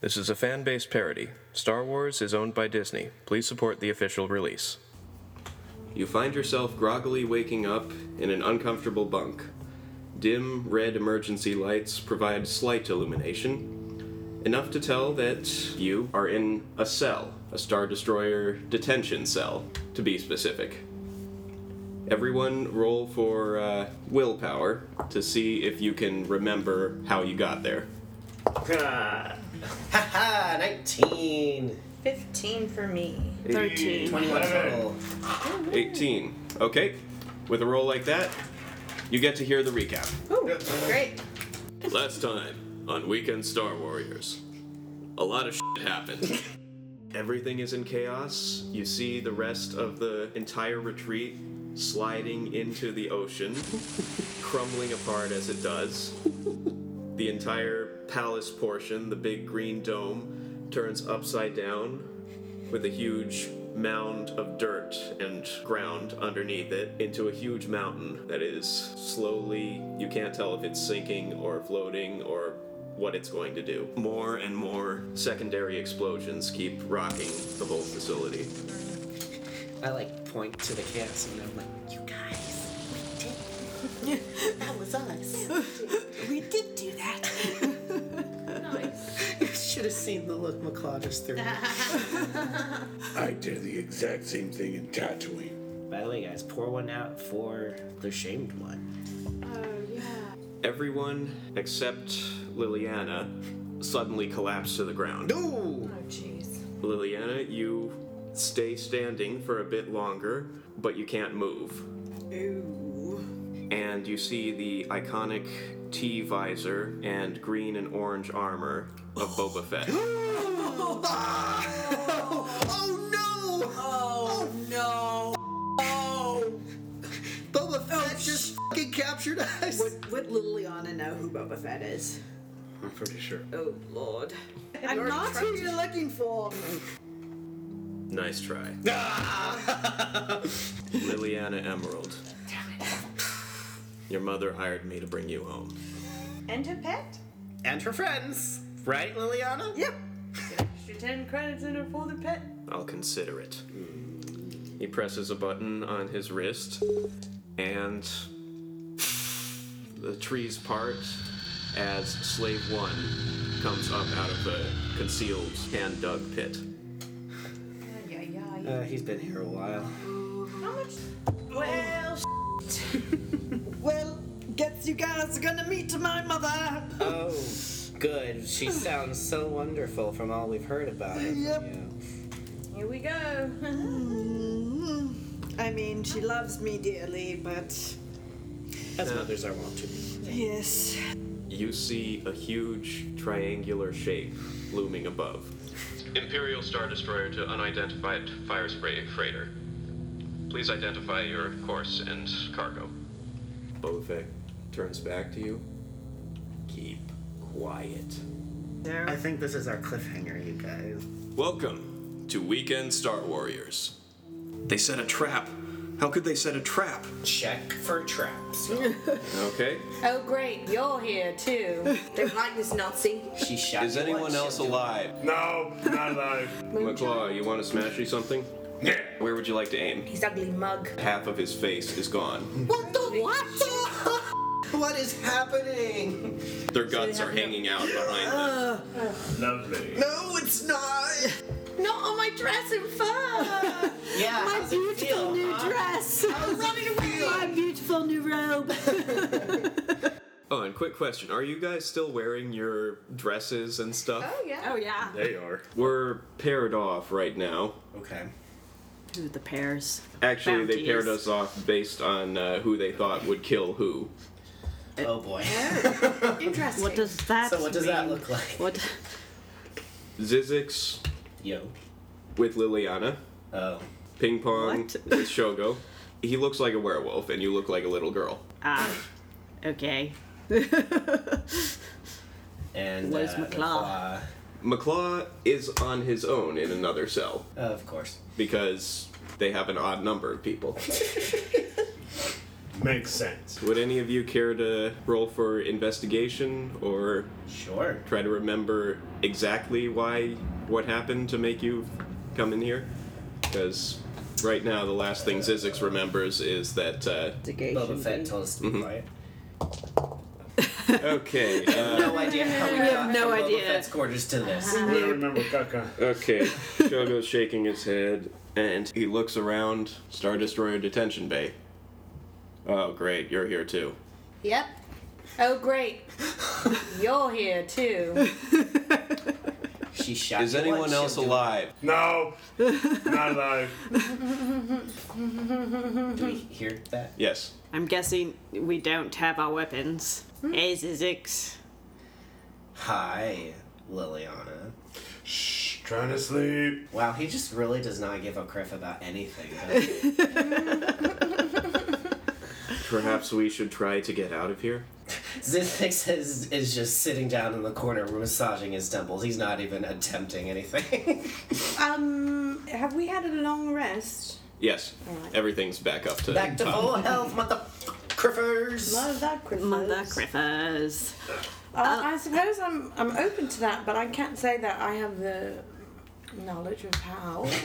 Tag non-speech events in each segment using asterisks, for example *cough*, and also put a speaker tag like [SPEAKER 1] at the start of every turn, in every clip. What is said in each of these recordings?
[SPEAKER 1] This is a fan based parody. Star Wars is owned by Disney. Please support the official release.
[SPEAKER 2] You find yourself groggily waking up in an uncomfortable bunk. Dim red emergency lights provide slight illumination, enough to tell that you are in a cell, a Star Destroyer detention cell, to be specific. Everyone roll for uh, willpower to see if you can remember how you got there.
[SPEAKER 3] Ha ha! 19!
[SPEAKER 4] 15 for me.
[SPEAKER 5] 13.
[SPEAKER 3] 21 total.
[SPEAKER 2] 18. Okay, with a roll like that, you get to hear the recap.
[SPEAKER 4] Ooh, great.
[SPEAKER 2] Last time on Weekend Star Warriors, a lot of shit happened. Everything is in chaos. You see the rest of the entire retreat sliding into the ocean, crumbling apart as it does. The entire palace portion, the big green dome, turns upside down with a huge mound of dirt and ground underneath it into a huge mountain that is slowly, you can't tell if it's sinking or floating or what it's going to do. More and more secondary explosions keep rocking the whole facility.
[SPEAKER 3] I like point to the chaos and I'm like,
[SPEAKER 6] You guys, we did.
[SPEAKER 3] *laughs*
[SPEAKER 6] That was us. We did do that.
[SPEAKER 3] *laughs*
[SPEAKER 4] Nice.
[SPEAKER 3] you should have seen the look McClaw just threw.
[SPEAKER 5] I did the exact same thing in Tatooine.
[SPEAKER 3] By the way, guys, pour one out for the shamed one.
[SPEAKER 4] Oh, yeah.
[SPEAKER 2] Everyone except Liliana suddenly collapsed to the ground.
[SPEAKER 3] Ooh!
[SPEAKER 4] Oh, jeez.
[SPEAKER 2] Liliana, you stay standing for a bit longer, but you can't move.
[SPEAKER 6] Ooh.
[SPEAKER 2] and you see the iconic T visor and green and orange armor of Boba Fett.
[SPEAKER 3] Oh
[SPEAKER 6] Oh no. Oh.
[SPEAKER 3] no! Boba Fett just fucking captured us!
[SPEAKER 6] Would, would Liliana know who Boba Fett is?
[SPEAKER 5] I'm pretty sure.
[SPEAKER 6] Oh lord. I'm
[SPEAKER 4] already
[SPEAKER 6] not who
[SPEAKER 4] tried
[SPEAKER 6] you're looking for.
[SPEAKER 2] Nice try. Liliana Emerald. Your mother hired me to bring you home.
[SPEAKER 4] And her pet?
[SPEAKER 3] And her friends. Right, Liliana?
[SPEAKER 6] Yep.
[SPEAKER 4] Extra 10 credits in her for the pet.
[SPEAKER 2] I'll consider it. Mm. He presses a button on his wrist, and the trees part as Slave One comes up out of the concealed hand dug pit.
[SPEAKER 4] Yeah, yeah, yeah. yeah.
[SPEAKER 3] Uh, he's been here a while.
[SPEAKER 4] How much? Well, sh-
[SPEAKER 6] Well, guess you guys are gonna meet my mother.
[SPEAKER 3] Oh, good. She sounds so wonderful from all we've heard about her.
[SPEAKER 6] Yep.
[SPEAKER 4] here we go. *laughs*
[SPEAKER 6] Mhm. I mean, she loves me dearly, but
[SPEAKER 3] As mothers are wont to be.
[SPEAKER 6] yes.
[SPEAKER 2] you see a huge triangular shape looming above. Imperial Star Destroyer to unidentified fire spray freighter. Please identify your course and cargo. Boba Fett turns back to you. Keep quiet.
[SPEAKER 3] I think this is our cliffhanger, you guys.
[SPEAKER 2] Welcome to Weekend Star Warriors. They set a trap. How could they set a trap?
[SPEAKER 3] Check for traps.
[SPEAKER 2] Okay.
[SPEAKER 4] Oh, great. You're here, *laughs* too.
[SPEAKER 6] Don't like this Nazi.
[SPEAKER 3] She shot.
[SPEAKER 2] Is anyone else alive?
[SPEAKER 5] No, not *laughs* alive.
[SPEAKER 2] McClaw, you want to smash you something?
[SPEAKER 5] Yeah.
[SPEAKER 2] Where would you like to aim?
[SPEAKER 4] His ugly mug.
[SPEAKER 2] Half of his face is gone.
[SPEAKER 6] What the
[SPEAKER 4] *laughs*
[SPEAKER 6] what?
[SPEAKER 3] What is happening?
[SPEAKER 2] Their guts are hanging out behind them.
[SPEAKER 5] Lovely.
[SPEAKER 3] No, it's not.
[SPEAKER 6] Not on my dress and fur.
[SPEAKER 3] Yeah.
[SPEAKER 6] my beautiful new dress. *laughs* I'm running away. My beautiful new robe.
[SPEAKER 2] Oh, and quick question: Are you guys still wearing your dresses and stuff?
[SPEAKER 4] Oh, yeah.
[SPEAKER 6] oh yeah.
[SPEAKER 3] *laughs*
[SPEAKER 5] They are.
[SPEAKER 2] We're paired off right now.
[SPEAKER 3] Okay.
[SPEAKER 6] Ooh, the pears.
[SPEAKER 2] Actually, they
[SPEAKER 6] Bounties.
[SPEAKER 2] paired us off based on uh, who they thought would kill who.
[SPEAKER 3] Oh boy.
[SPEAKER 4] Interesting.
[SPEAKER 6] What does that?
[SPEAKER 3] So what does
[SPEAKER 6] mean?
[SPEAKER 3] that look like?
[SPEAKER 6] What?
[SPEAKER 2] Zizix
[SPEAKER 3] Yo.
[SPEAKER 2] with Liliana,
[SPEAKER 3] Oh.
[SPEAKER 2] Ping Pong
[SPEAKER 6] What?
[SPEAKER 2] with Shogo. He looks like a werewolf, and you look like a little girl.
[SPEAKER 6] Ah. Okay.
[SPEAKER 3] And
[SPEAKER 6] Where's
[SPEAKER 3] uh,
[SPEAKER 6] McClaw?
[SPEAKER 2] McClaw is on his own in another cell
[SPEAKER 3] McClaw. Oh, Of course.
[SPEAKER 6] *laughs*
[SPEAKER 2] because they have an odd number of people.
[SPEAKER 7] Makes sense.
[SPEAKER 2] Would any of you care to roll for investigation or
[SPEAKER 3] Sure.
[SPEAKER 2] try to remember exactly why what happened to make you come in here? Because right now the last thing Zizix remembers is that. Uh,
[SPEAKER 3] Boba Fett
[SPEAKER 8] Investigation.
[SPEAKER 3] told us to be
[SPEAKER 2] Mhm.
[SPEAKER 3] quiet.
[SPEAKER 2] *laughs* okay. Uh,
[SPEAKER 3] No idea how we
[SPEAKER 8] have
[SPEAKER 3] got
[SPEAKER 8] no
[SPEAKER 3] from
[SPEAKER 8] idea.
[SPEAKER 3] Boba Fett's quarters to this.
[SPEAKER 7] I don't remember Kaka.
[SPEAKER 2] okay. Shogo's shaking his head and he looks around Star Destroyer Detention Bay. Oh, great. You're here too.
[SPEAKER 4] Yep. Oh, *laughs* great. You're here too.
[SPEAKER 3] She shot
[SPEAKER 2] Is
[SPEAKER 3] you
[SPEAKER 2] anyone
[SPEAKER 3] once,
[SPEAKER 2] else
[SPEAKER 3] she'll do
[SPEAKER 2] alive?
[SPEAKER 7] No, not alive.
[SPEAKER 3] it. Do we hear that?
[SPEAKER 2] Yes.
[SPEAKER 8] I'm guessing we don't have our weapons.
[SPEAKER 6] Hmm?
[SPEAKER 8] Hey, Zizix.
[SPEAKER 3] Hi, Liliana.
[SPEAKER 7] Shh, trying to sleep.
[SPEAKER 3] Wow, he just really does not give a crap about anything. does he?
[SPEAKER 2] Perhaps we should try to get out of here.
[SPEAKER 3] Zizix is, is just sitting down in the corner massaging his temples. He's not even attempting anything. *laughs*
[SPEAKER 8] Um, have we had a long rest?
[SPEAKER 2] Yes.
[SPEAKER 8] Alright.
[SPEAKER 2] Everything's back up to.
[SPEAKER 3] Back to full health, motherfuckers.
[SPEAKER 8] Mother Criffers. Mother Criffers.
[SPEAKER 4] Uh, I suppose I'm I'm open to that, but I can't say that I have the knowledge of how.
[SPEAKER 8] Yes.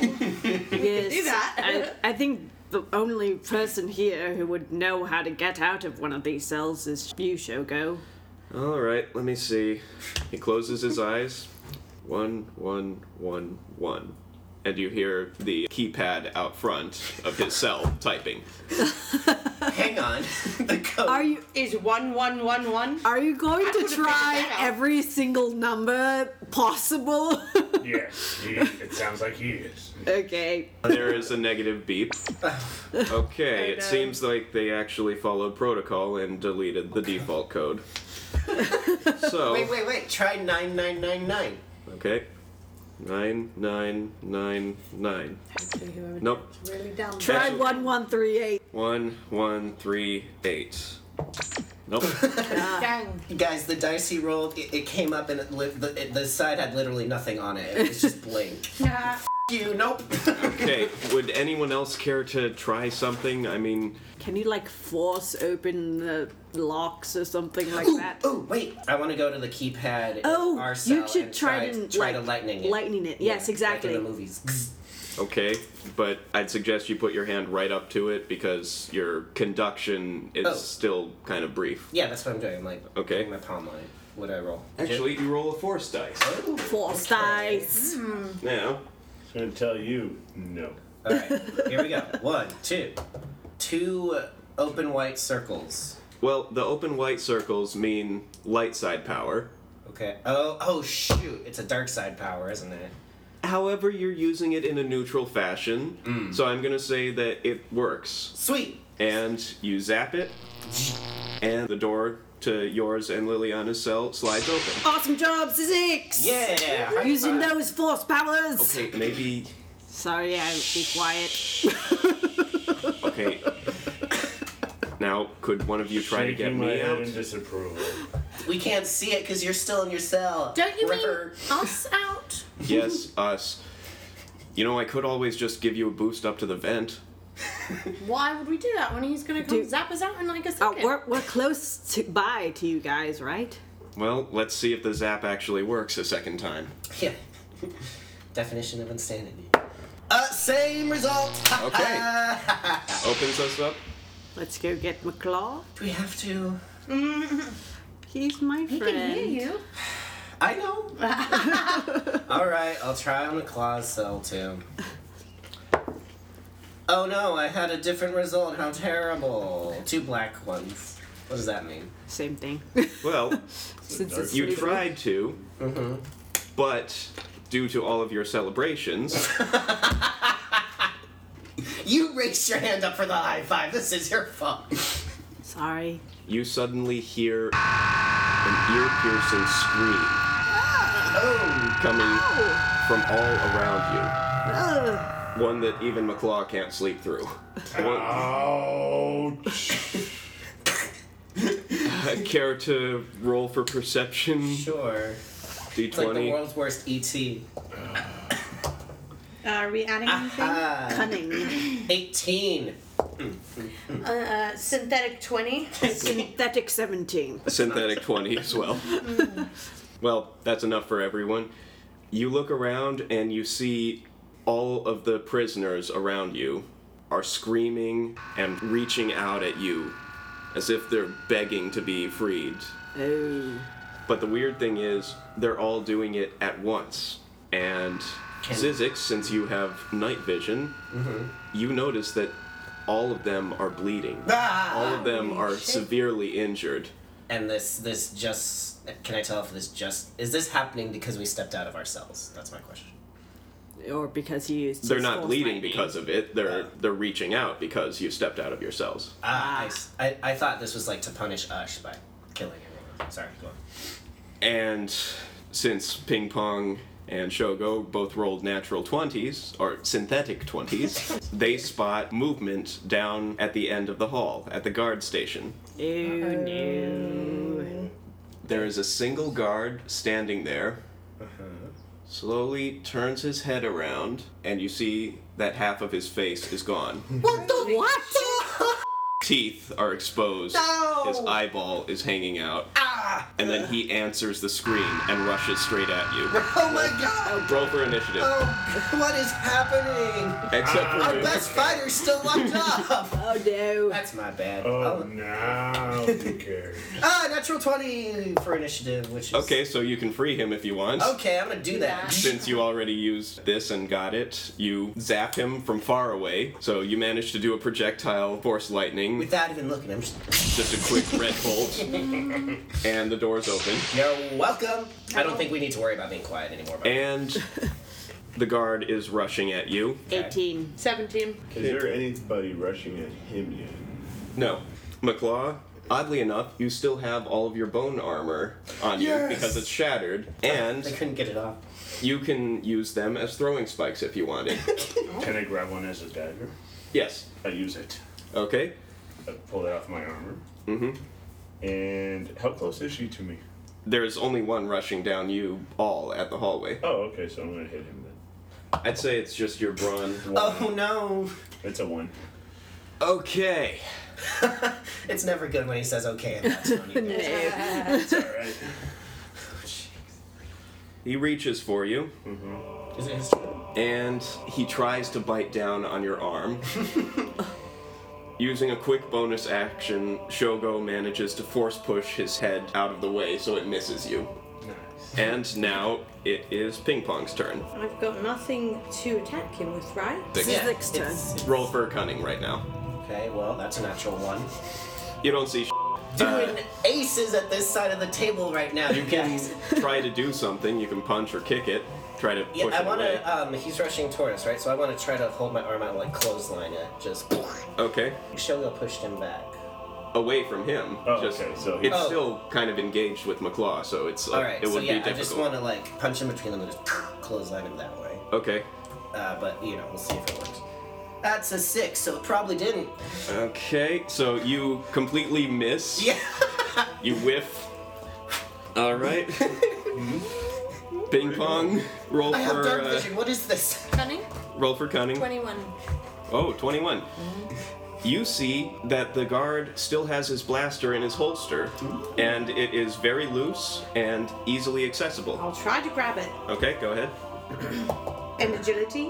[SPEAKER 4] do
[SPEAKER 8] *laughs*
[SPEAKER 4] that.
[SPEAKER 8] I, I think the only person here who would know how to get out of one of these cells is you, Shogo.
[SPEAKER 2] All right, let me see. He closes his eyes. One, one, one, one. And you hear the keypad out front of his cell typing.
[SPEAKER 3] Hang
[SPEAKER 8] *laughs*
[SPEAKER 3] on. the code.
[SPEAKER 8] Are you
[SPEAKER 4] Is one one one one?
[SPEAKER 8] are you going to
[SPEAKER 4] would've figured
[SPEAKER 8] try
[SPEAKER 4] that out.
[SPEAKER 8] every single number possible? *laughs*
[SPEAKER 7] Yes, he, it sounds like he is.
[SPEAKER 8] okay.
[SPEAKER 2] There is a negative beep. Okay, it seems like they actually followed protocol and deleted the default code. So,
[SPEAKER 3] *laughs* Wait, wait, wait. Try 9999.
[SPEAKER 2] okay. Nine, nine, nine, nine. Nope.
[SPEAKER 4] Really dumb.
[SPEAKER 8] Try
[SPEAKER 2] Actually-
[SPEAKER 8] one one three eight.
[SPEAKER 2] One, one, three, eight. Nope.
[SPEAKER 4] Dang.
[SPEAKER 3] Guys, the dice he rolled, it, it came up and it li- the, it, the side had literally nothing on it. It was just blank.
[SPEAKER 8] *laughs*
[SPEAKER 4] Nah.
[SPEAKER 3] you, nope. *laughs*
[SPEAKER 2] Okay, would anyone else care to try something? I mean,
[SPEAKER 8] Can you like force open the locks or something like that?
[SPEAKER 3] oh, wait. I want to go to the keypad. in
[SPEAKER 8] Oh,
[SPEAKER 3] our cell
[SPEAKER 8] you should
[SPEAKER 3] and
[SPEAKER 8] try, to
[SPEAKER 3] try
[SPEAKER 8] like,
[SPEAKER 3] to lightning it.
[SPEAKER 8] Lightning it.
[SPEAKER 3] Yeah,
[SPEAKER 8] Yes,
[SPEAKER 3] like in
[SPEAKER 8] exactly.
[SPEAKER 3] the movies.
[SPEAKER 2] okay, but I'd suggest you put your hand right up to it because your conduction is
[SPEAKER 3] Oh.
[SPEAKER 2] still kind of brief.
[SPEAKER 3] Yeah, that's what I'm doing. I'm like,
[SPEAKER 2] Okay.
[SPEAKER 3] my palm line. What I roll?
[SPEAKER 2] Actually, you roll a force dice.
[SPEAKER 8] force dice.
[SPEAKER 2] Now,
[SPEAKER 7] It's gonna tell you no.
[SPEAKER 3] All right, here we go. One, two, two open white circles.
[SPEAKER 2] well, the open white circles mean light side power.
[SPEAKER 3] Okay. Oh, oh shoot! It's a dark side power, isn't it?
[SPEAKER 2] However, you're using it in a neutral fashion, so I'm gonna say that it works.
[SPEAKER 3] Sweet.
[SPEAKER 2] And you zap it, and the door to yours and Liliana's cell slides open.
[SPEAKER 8] Awesome job, Zizix.
[SPEAKER 3] Yeah. high
[SPEAKER 8] Using
[SPEAKER 3] five.
[SPEAKER 8] those force powers.
[SPEAKER 2] Okay, maybe.
[SPEAKER 8] Sorry, I be quiet.
[SPEAKER 2] Okay. now, could one of you try to get
[SPEAKER 7] Shaking my
[SPEAKER 2] me
[SPEAKER 7] head
[SPEAKER 2] out?
[SPEAKER 7] in disapproval.
[SPEAKER 3] We can't see it because you're still in your cell.
[SPEAKER 4] Don't you
[SPEAKER 3] River.
[SPEAKER 4] mean us out?
[SPEAKER 2] yes, us. You know, I could always just give you a boost up to the vent.
[SPEAKER 4] Why would we do that when he's gonna come
[SPEAKER 8] Do-
[SPEAKER 4] zap us out in like a
[SPEAKER 8] Oh,
[SPEAKER 4] second?
[SPEAKER 8] we're, we're close to by to you guys, right?
[SPEAKER 2] Well, let's see if the zap actually works a second time.
[SPEAKER 3] Yeah. *laughs* Definition of insanity. Uh, same result.
[SPEAKER 2] Okay. Opens us up.
[SPEAKER 8] Let's go get McClaw.
[SPEAKER 3] we have to.
[SPEAKER 8] He's my
[SPEAKER 4] he
[SPEAKER 8] friend.
[SPEAKER 4] can hear you.
[SPEAKER 3] I know. *laughs* All right, I'll try on the claws cell too. Oh no, I had a different result. How terrible. Two black ones. What does that mean?
[SPEAKER 8] Same *laughs* thing.
[SPEAKER 2] Well,
[SPEAKER 8] Since it's
[SPEAKER 2] you
[SPEAKER 8] sleeping.
[SPEAKER 2] tried to, but due to all of your celebrations,
[SPEAKER 3] You raised your hand up for the high five. This is your fault.
[SPEAKER 8] Sorry.
[SPEAKER 2] you suddenly hear an ear piercing scream
[SPEAKER 3] Oh,
[SPEAKER 2] coming from all around you.
[SPEAKER 8] Ugh.
[SPEAKER 2] One that even McClaw can't sleep
[SPEAKER 3] *laughs*
[SPEAKER 2] through. One, *laughs*
[SPEAKER 7] Ouch!
[SPEAKER 2] care to roll for perception?
[SPEAKER 3] sure. It's like the
[SPEAKER 2] D20.
[SPEAKER 3] world's worst E ET.
[SPEAKER 4] Uh,
[SPEAKER 8] Are we adding anything?
[SPEAKER 3] Ah,
[SPEAKER 8] Cunning.
[SPEAKER 3] 18.
[SPEAKER 4] Uh, synthetic 20.
[SPEAKER 8] Synthetic *laughs* 17.
[SPEAKER 2] synthetic 20 as well. well, that's enough for everyone. You look around and you see all of the prisoners around you are screaming and reaching out at you as if they're begging to be freed.
[SPEAKER 8] Oh.
[SPEAKER 2] But the weird thing is, they're all doing it at once. And Zizix, since you have night vision, you notice that all of them are bleeding. All
[SPEAKER 3] Ah!
[SPEAKER 2] of them are severely injured.
[SPEAKER 3] And this this just can I tell if this just is this happening because we stepped out of ourselves? That's my question.
[SPEAKER 8] Or because he used.
[SPEAKER 2] they're
[SPEAKER 8] his
[SPEAKER 2] not
[SPEAKER 8] force
[SPEAKER 2] bleeding
[SPEAKER 8] lightning.
[SPEAKER 2] because of it. They're they're reaching out because you stepped out of yourselves.
[SPEAKER 3] Ah, I s- I, I thought this was like to punish Ush by killing everyone. Sorry, go on.
[SPEAKER 2] And since Ping Pong and Shogo both rolled natural 20s, or synthetic 20s, they spot movement down at the end of the hall, at the guard station.
[SPEAKER 8] Oh, no.
[SPEAKER 2] There is a single guard standing there, slowly turns his head around, and you see that half of his face is gone.
[SPEAKER 6] What the what?
[SPEAKER 2] teeth are exposed. His eyeball is hanging out.
[SPEAKER 3] Ah!
[SPEAKER 2] And then he answers the scream and rushes straight at you.
[SPEAKER 3] *laughs* Oh my god!
[SPEAKER 2] Roll for initiative.
[SPEAKER 3] Oh, what is happening?
[SPEAKER 2] Except for
[SPEAKER 3] Our
[SPEAKER 2] you.
[SPEAKER 3] best fighter's still locked up!
[SPEAKER 8] Oh,
[SPEAKER 3] *laughs*
[SPEAKER 8] no.
[SPEAKER 3] That's my
[SPEAKER 2] Um,
[SPEAKER 3] bad.
[SPEAKER 7] Oh,
[SPEAKER 3] Oh.
[SPEAKER 7] now who cares?
[SPEAKER 3] Ah, natural 20 for initiative, which is.
[SPEAKER 2] Okay, so you can free him if you want.
[SPEAKER 3] Okay, I'm gonna do that.
[SPEAKER 2] Since you already used this and got it, you zap him from far away. So you manage to do a projectile force lightning,
[SPEAKER 3] Without even looking, I'm just.
[SPEAKER 2] just a
[SPEAKER 3] *laughs*
[SPEAKER 2] quick red bolt, and the doors open.
[SPEAKER 3] You're welcome! I don't think we need to worry about being quiet anymore. But
[SPEAKER 2] And the guard is rushing at you.
[SPEAKER 8] 18.
[SPEAKER 4] 17.
[SPEAKER 7] Is there anybody rushing at him yet?
[SPEAKER 2] No. McClaw, oddly enough, you still have all of your bone armor on
[SPEAKER 5] Yes!
[SPEAKER 2] you because it's shattered,
[SPEAKER 3] they
[SPEAKER 2] and
[SPEAKER 3] couldn't get it off.
[SPEAKER 2] you can use them as throwing spikes if you wanted.
[SPEAKER 7] Can I grab one as a dagger?
[SPEAKER 2] yes.
[SPEAKER 7] I use it.
[SPEAKER 2] Okay.
[SPEAKER 7] I pull it off my armor. Mm-hmm. And how close is she to me?
[SPEAKER 2] There's only one rushing down you all at the hallway.
[SPEAKER 7] Oh, okay, so I'm gonna hit him then.
[SPEAKER 2] I'd say it's just your brawn.
[SPEAKER 3] Oh no!
[SPEAKER 7] It's a one.
[SPEAKER 2] Okay.
[SPEAKER 3] It's never good when he says okay and that's when you
[SPEAKER 8] No.
[SPEAKER 7] It's alright.
[SPEAKER 2] He reaches for you,
[SPEAKER 3] Is it his turn?
[SPEAKER 2] and he tries to bite down on your arm. Using a quick bonus action, Shogo manages to force push his head out of the way so it misses you.
[SPEAKER 7] nice.
[SPEAKER 2] And now it is Ping Pong's turn.
[SPEAKER 4] I've got nothing to attack him with, right?
[SPEAKER 8] This is Nick's turn.
[SPEAKER 3] it's-
[SPEAKER 2] Roll for cunning right now.
[SPEAKER 3] Okay, well, that's a natural one.
[SPEAKER 2] You don't see.
[SPEAKER 3] Doing aces at this side of the table right now, you guys.
[SPEAKER 2] try to do something. You can punch or kick it. Try to push
[SPEAKER 3] Yeah, I
[SPEAKER 2] it
[SPEAKER 3] want
[SPEAKER 2] away.
[SPEAKER 3] to. Um, he's rushing toward us, right? So I want to try to hold my arm out and like clothesline it. Just. uh,
[SPEAKER 2] Okay,
[SPEAKER 3] Shogo pushed him back.
[SPEAKER 2] away from him.
[SPEAKER 7] Oh,
[SPEAKER 2] just,
[SPEAKER 7] okay, so he-
[SPEAKER 2] it's
[SPEAKER 3] Oh.
[SPEAKER 2] still kind of engaged with McClaw, so it's uh,
[SPEAKER 3] All right,
[SPEAKER 2] it
[SPEAKER 3] so
[SPEAKER 2] would
[SPEAKER 3] yeah,
[SPEAKER 2] be
[SPEAKER 3] I just
[SPEAKER 2] difficult.
[SPEAKER 3] want to like punch in between them and just clothesline him that way.
[SPEAKER 2] Okay,
[SPEAKER 3] Uh, but you know, we'll see if it works. That's a six, so it probably didn't. *laughs*
[SPEAKER 2] okay. So you completely miss.
[SPEAKER 3] Yeah.
[SPEAKER 2] You whiff. All
[SPEAKER 3] *laughs*
[SPEAKER 2] right. Ping
[SPEAKER 7] *laughs*
[SPEAKER 2] pong. Roll
[SPEAKER 3] I have
[SPEAKER 2] for
[SPEAKER 3] dark
[SPEAKER 2] uh,
[SPEAKER 3] vision. What is this?
[SPEAKER 9] Cunning?
[SPEAKER 2] roll for cunning.
[SPEAKER 9] 21.
[SPEAKER 2] Oh, 21. You see that the guard still has his blaster in his holster, and it is very loose and easily accessible.
[SPEAKER 4] I'll try to grab it.
[SPEAKER 2] Okay, go ahead.
[SPEAKER 4] And agility.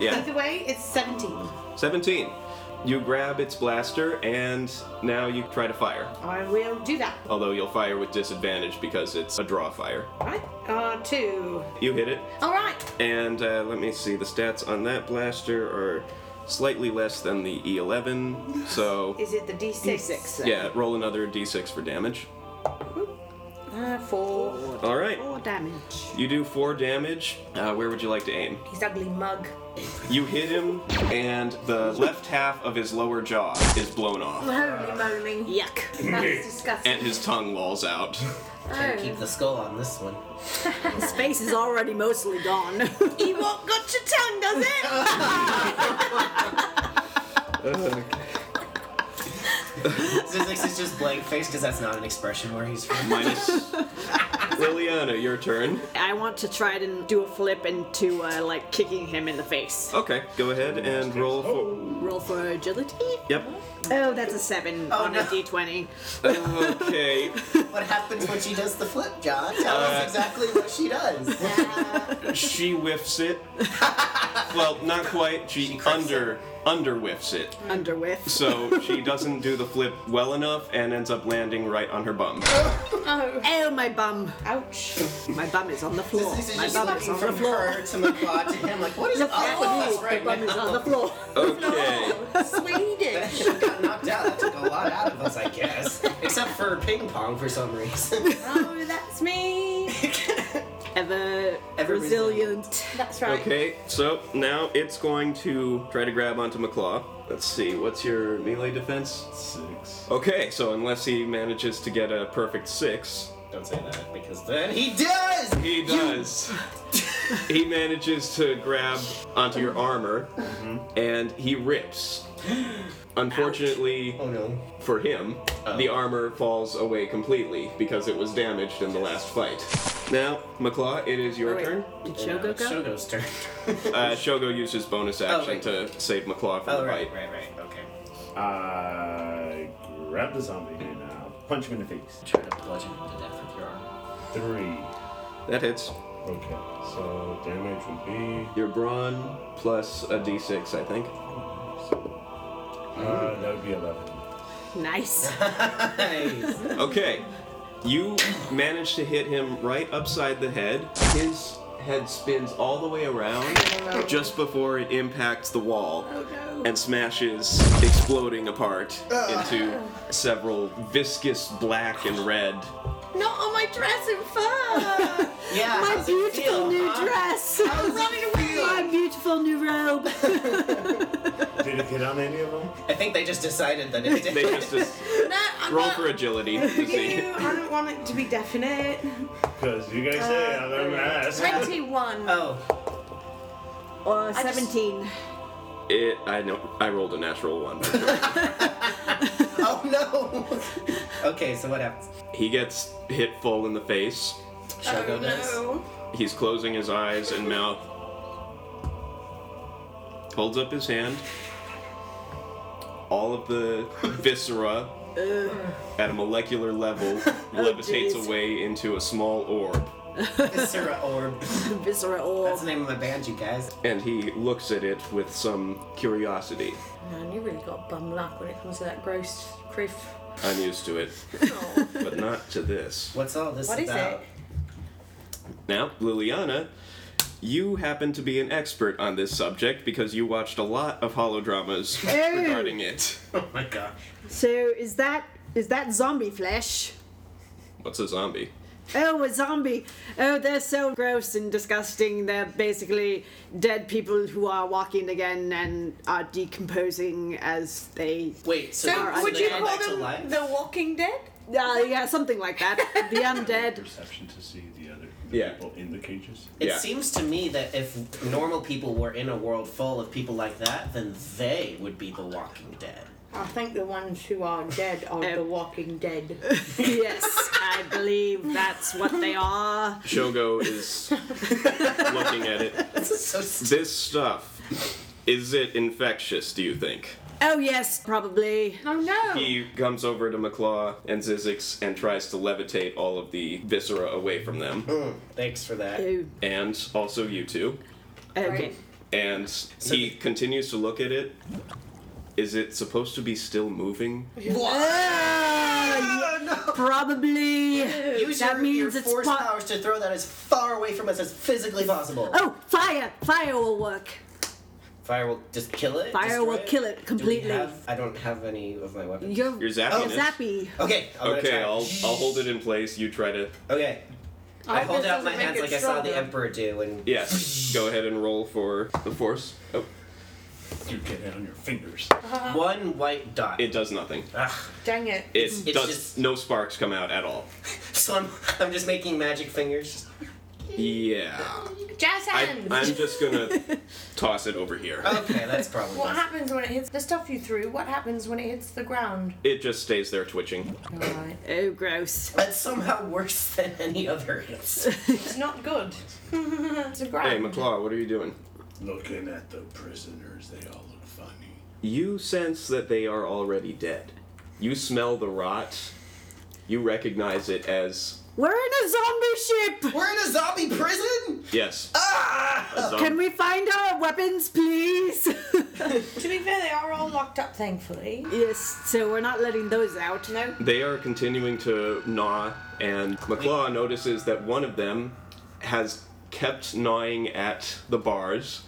[SPEAKER 4] Either
[SPEAKER 2] Yeah,
[SPEAKER 4] way, it's 17.
[SPEAKER 2] 17. You grab its blaster, and now you try to fire.
[SPEAKER 4] I will do that.
[SPEAKER 2] Although you'll fire with disadvantage because it's a draw fire.
[SPEAKER 4] Right? Uh, two.
[SPEAKER 2] You hit it,
[SPEAKER 4] All right.
[SPEAKER 2] and uh, let me see, the stats on that blaster are slightly less than the E11, so
[SPEAKER 4] Is it the D6?
[SPEAKER 8] D6.
[SPEAKER 2] yeah, roll another d6 for damage.
[SPEAKER 4] Uh, four.
[SPEAKER 2] Alright.
[SPEAKER 8] Four damage.
[SPEAKER 2] You do four damage. Uh, where would you like to aim?
[SPEAKER 4] His ugly mug.
[SPEAKER 2] You hit him, and the left half of his lower jaw is blown off,
[SPEAKER 4] Holy moly.
[SPEAKER 8] Yuck. *laughs*
[SPEAKER 4] That's disgusting.
[SPEAKER 2] and his tongue lolls out.
[SPEAKER 3] Can't keep the skull on this
[SPEAKER 2] *laughs*
[SPEAKER 3] one.
[SPEAKER 8] His face is already mostly gone. *laughs*
[SPEAKER 4] Ewok got your tongue, does
[SPEAKER 2] *laughs*
[SPEAKER 4] it?
[SPEAKER 3] Zizix is just blank faced because that's not an expression where he's from.
[SPEAKER 2] Minus Liliana, your turn.
[SPEAKER 8] I want to try and do a flip into uh, like kicking him in the face.
[SPEAKER 2] Okay, go ahead and roll for.
[SPEAKER 8] Roll for agility.
[SPEAKER 2] Yep.
[SPEAKER 8] Oh, that's a seven on a
[SPEAKER 3] no.
[SPEAKER 8] d20.
[SPEAKER 2] Okay.
[SPEAKER 3] What happens when she does the flip, John? Tell
[SPEAKER 2] Uh,
[SPEAKER 3] us exactly what
[SPEAKER 2] *laughs*
[SPEAKER 3] she does.
[SPEAKER 2] she whiffs it. Well, not quite. She, under under whiffs it.
[SPEAKER 8] Under whiff.
[SPEAKER 2] So she doesn't do the flip well enough and ends up landing right on her bum.
[SPEAKER 4] Oh,
[SPEAKER 8] Oh, my bum.
[SPEAKER 4] ouch.
[SPEAKER 8] My bum is on the floor.
[SPEAKER 3] This is
[SPEAKER 8] My
[SPEAKER 3] just
[SPEAKER 8] bum is
[SPEAKER 3] looking
[SPEAKER 8] on the
[SPEAKER 3] from
[SPEAKER 8] floor.
[SPEAKER 3] her to McCaw to him, like, what is up with us
[SPEAKER 8] My
[SPEAKER 3] right
[SPEAKER 8] bum is on oh, the
[SPEAKER 3] now?
[SPEAKER 8] floor.
[SPEAKER 2] Okay. *laughs*
[SPEAKER 3] That
[SPEAKER 4] Swedish.
[SPEAKER 3] shit got knocked out. That took a lot out of us, I guess. Except for ping pong for some reason.
[SPEAKER 4] Oh, that's me.
[SPEAKER 8] Ever,
[SPEAKER 3] Ever
[SPEAKER 8] resilient.
[SPEAKER 4] That's right.
[SPEAKER 2] Okay, so now it's going to try to grab onto McClaw. Let's see, what's your melee defense?
[SPEAKER 7] Six.
[SPEAKER 2] Okay, so unless he manages to get a perfect six,
[SPEAKER 3] *laughs* Don't say that, because then he does!
[SPEAKER 2] he does. he manages to grab onto your armor and he rips. Unfortunately,
[SPEAKER 3] Oh no.
[SPEAKER 2] for him, the armor falls away completely because it was damaged in the last fight. Now, McClaw, it is
[SPEAKER 3] Oh,
[SPEAKER 2] your
[SPEAKER 8] Wait,
[SPEAKER 2] turn.
[SPEAKER 8] Did Shogo
[SPEAKER 3] it's
[SPEAKER 8] go?
[SPEAKER 3] Shogo's turn.
[SPEAKER 2] Uh, Shogo used his bonus action
[SPEAKER 3] Oh, wait.
[SPEAKER 2] to save McClaw from
[SPEAKER 3] *laughs* oh,
[SPEAKER 2] the
[SPEAKER 3] right,
[SPEAKER 2] fight.
[SPEAKER 3] right, right. Okay.
[SPEAKER 7] I grab the zombie and I'll punch him in the face.
[SPEAKER 3] Try to bludgeon him to death with your arm.
[SPEAKER 7] Three.
[SPEAKER 2] That hits.
[SPEAKER 7] Okay, so damage would be.
[SPEAKER 2] Your brawn plus a d6, I think.
[SPEAKER 7] Uh, that would be 11.
[SPEAKER 3] *laughs*
[SPEAKER 8] Nice.
[SPEAKER 3] Nice.
[SPEAKER 2] Okay, you manage to hit him right upside the head. His head spins all the way around just before it impacts the wall and smashes, exploding apart into several viscous black and red.
[SPEAKER 4] Not on my dress in fur.
[SPEAKER 3] yeah.
[SPEAKER 8] My
[SPEAKER 3] how's it
[SPEAKER 8] beautiful
[SPEAKER 3] feel,
[SPEAKER 8] new
[SPEAKER 3] huh?
[SPEAKER 8] dress.
[SPEAKER 3] How's
[SPEAKER 8] *laughs*
[SPEAKER 3] it feel?
[SPEAKER 8] My beautiful new robe.
[SPEAKER 7] Did it hit on any of them?
[SPEAKER 3] I think they just decided that
[SPEAKER 4] *laughs*
[SPEAKER 3] it did.
[SPEAKER 2] They just, just
[SPEAKER 4] No, I'm
[SPEAKER 2] roll
[SPEAKER 4] not.
[SPEAKER 2] for agility to see.
[SPEAKER 4] *laughs* you. I don't want it to be definite.
[SPEAKER 7] Because you guys say I'm gonna ask.
[SPEAKER 3] *laughs*
[SPEAKER 4] 21.
[SPEAKER 2] Uh,
[SPEAKER 3] oh.
[SPEAKER 8] Or
[SPEAKER 4] just-
[SPEAKER 8] 17.
[SPEAKER 2] It, I know, I rolled a natural one.
[SPEAKER 3] Oh no! okay, so what happens?
[SPEAKER 2] he gets hit full in the face.
[SPEAKER 3] Shogo does.
[SPEAKER 4] Oh, no.
[SPEAKER 2] He's closing his eyes and mouth. Holds up his hand. All of the viscera at a molecular level levitates
[SPEAKER 8] geez.
[SPEAKER 2] away into a small orb.
[SPEAKER 3] *laughs* Viscera orb.
[SPEAKER 8] Viscera
[SPEAKER 3] That's
[SPEAKER 8] orb.
[SPEAKER 3] the name of my band, you guys.
[SPEAKER 2] And he looks at it with some curiosity.
[SPEAKER 4] Man, you really got bum luck when it comes to that gross proof.
[SPEAKER 2] I'm used to it,
[SPEAKER 4] Oh.
[SPEAKER 2] but not to this.
[SPEAKER 3] What's all this
[SPEAKER 4] What is
[SPEAKER 3] about?
[SPEAKER 4] it?
[SPEAKER 2] Now, Liliana, you happen to be an expert on this subject because you watched a lot of holodramas regarding it.
[SPEAKER 3] *laughs* Oh my god.
[SPEAKER 8] So is that is that zombie flesh?
[SPEAKER 2] What's a zombie?
[SPEAKER 8] Oh, a zombie. Oh, they're so gross and disgusting. They're basically dead people who are walking again and are decomposing as they.
[SPEAKER 3] Wait, so,
[SPEAKER 4] So
[SPEAKER 3] they're-
[SPEAKER 8] Are
[SPEAKER 4] would
[SPEAKER 3] they
[SPEAKER 4] you
[SPEAKER 3] come
[SPEAKER 4] call
[SPEAKER 3] back to
[SPEAKER 4] them
[SPEAKER 3] life?
[SPEAKER 4] the Walking Dead?
[SPEAKER 8] Uh, yeah, something like that.
[SPEAKER 7] *laughs*
[SPEAKER 8] The undead.
[SPEAKER 7] Perception to see the other the
[SPEAKER 2] Yeah.
[SPEAKER 7] people in the cages.
[SPEAKER 3] It
[SPEAKER 2] Yeah.
[SPEAKER 3] seems to me that if normal people were in a world full of people like that, then they would be the Walking Dead.
[SPEAKER 4] I think the ones who are dead are the Walking Dead.
[SPEAKER 8] Yes, I believe that's what they are.
[SPEAKER 2] Shogo
[SPEAKER 3] *laughs*
[SPEAKER 2] is looking at it.
[SPEAKER 3] This is so stupid.
[SPEAKER 2] This stuff, is it infectious, do you think?
[SPEAKER 8] Oh, yes, probably.
[SPEAKER 4] Oh no!
[SPEAKER 2] He comes over to McClaw and Zizix and tries to levitate all of the viscera away from them.
[SPEAKER 3] Thanks for that.
[SPEAKER 8] Oh,
[SPEAKER 2] And also you two.
[SPEAKER 8] okay.
[SPEAKER 2] And he continues to look at it. Is it supposed to be still moving?
[SPEAKER 8] Ah, yeah, Probably.
[SPEAKER 3] Use
[SPEAKER 8] that
[SPEAKER 3] your,
[SPEAKER 8] means
[SPEAKER 3] your
[SPEAKER 8] it's
[SPEAKER 3] force
[SPEAKER 8] po-
[SPEAKER 3] powers to throw that as far away from us as physically possible.
[SPEAKER 8] Oh, fire! Fire will work.
[SPEAKER 3] Fire will just kill it.
[SPEAKER 8] Fire
[SPEAKER 3] destroy
[SPEAKER 8] will
[SPEAKER 3] it?
[SPEAKER 8] kill it
[SPEAKER 3] Do we
[SPEAKER 8] completely.
[SPEAKER 3] have- I don't have any of my weapons.
[SPEAKER 8] You're,
[SPEAKER 2] Your
[SPEAKER 8] you're
[SPEAKER 2] zappiness.
[SPEAKER 8] zappy.
[SPEAKER 3] Okay. I'm gonna
[SPEAKER 2] Okay,
[SPEAKER 3] try.
[SPEAKER 2] I'll, I'll hold it in place. You try to.
[SPEAKER 3] Okay. I,
[SPEAKER 4] hope
[SPEAKER 3] hold
[SPEAKER 4] this
[SPEAKER 3] out my
[SPEAKER 4] doesn't make
[SPEAKER 3] hands
[SPEAKER 4] it
[SPEAKER 3] like I saw the
[SPEAKER 4] stronger.
[SPEAKER 3] Emperor do, and
[SPEAKER 2] Yes. Go ahead and roll for the force. Oh,
[SPEAKER 7] You get it on your fingers.
[SPEAKER 3] one white dot.
[SPEAKER 2] it does nothing.
[SPEAKER 3] Ugh.
[SPEAKER 4] Dang it.
[SPEAKER 2] It
[SPEAKER 3] it's
[SPEAKER 2] does
[SPEAKER 3] just-
[SPEAKER 2] no sparks come out at all.
[SPEAKER 3] So I'm, *laughs* I'm just making magic fingers.
[SPEAKER 2] Yeah.
[SPEAKER 4] Jazz
[SPEAKER 2] I,
[SPEAKER 4] hands!
[SPEAKER 8] *laughs*
[SPEAKER 2] I'm just gonna toss it over here.
[SPEAKER 8] Oh.
[SPEAKER 3] Okay, that's probably
[SPEAKER 4] What
[SPEAKER 3] best.
[SPEAKER 4] happens when it hits the stuff you threw? What happens when it hits the ground?
[SPEAKER 2] It just stays there twitching.
[SPEAKER 4] Alright.
[SPEAKER 8] Oh, gross.
[SPEAKER 3] That's somehow worse *laughs* than any other answer.
[SPEAKER 4] It's not
[SPEAKER 8] *laughs*
[SPEAKER 4] good. it's a
[SPEAKER 2] Hey,
[SPEAKER 4] ground.
[SPEAKER 2] McClaw, what are you doing?
[SPEAKER 5] Looking at the prisoners, they all look funny.
[SPEAKER 2] You sense that they are already dead. You smell the rot. You recognize it as
[SPEAKER 8] We're in a zombie ship!
[SPEAKER 3] We're in a zombie prison?
[SPEAKER 2] yes.
[SPEAKER 3] Ah!
[SPEAKER 2] a zombie.
[SPEAKER 8] Can we find our weapons, please? *laughs*
[SPEAKER 4] to be fair, they are all locked up, thankfully.
[SPEAKER 8] yes, so we're not letting those out.
[SPEAKER 4] No.
[SPEAKER 2] They are continuing to gnaw, and McClaw notices that one of them has kept gnawing at the bars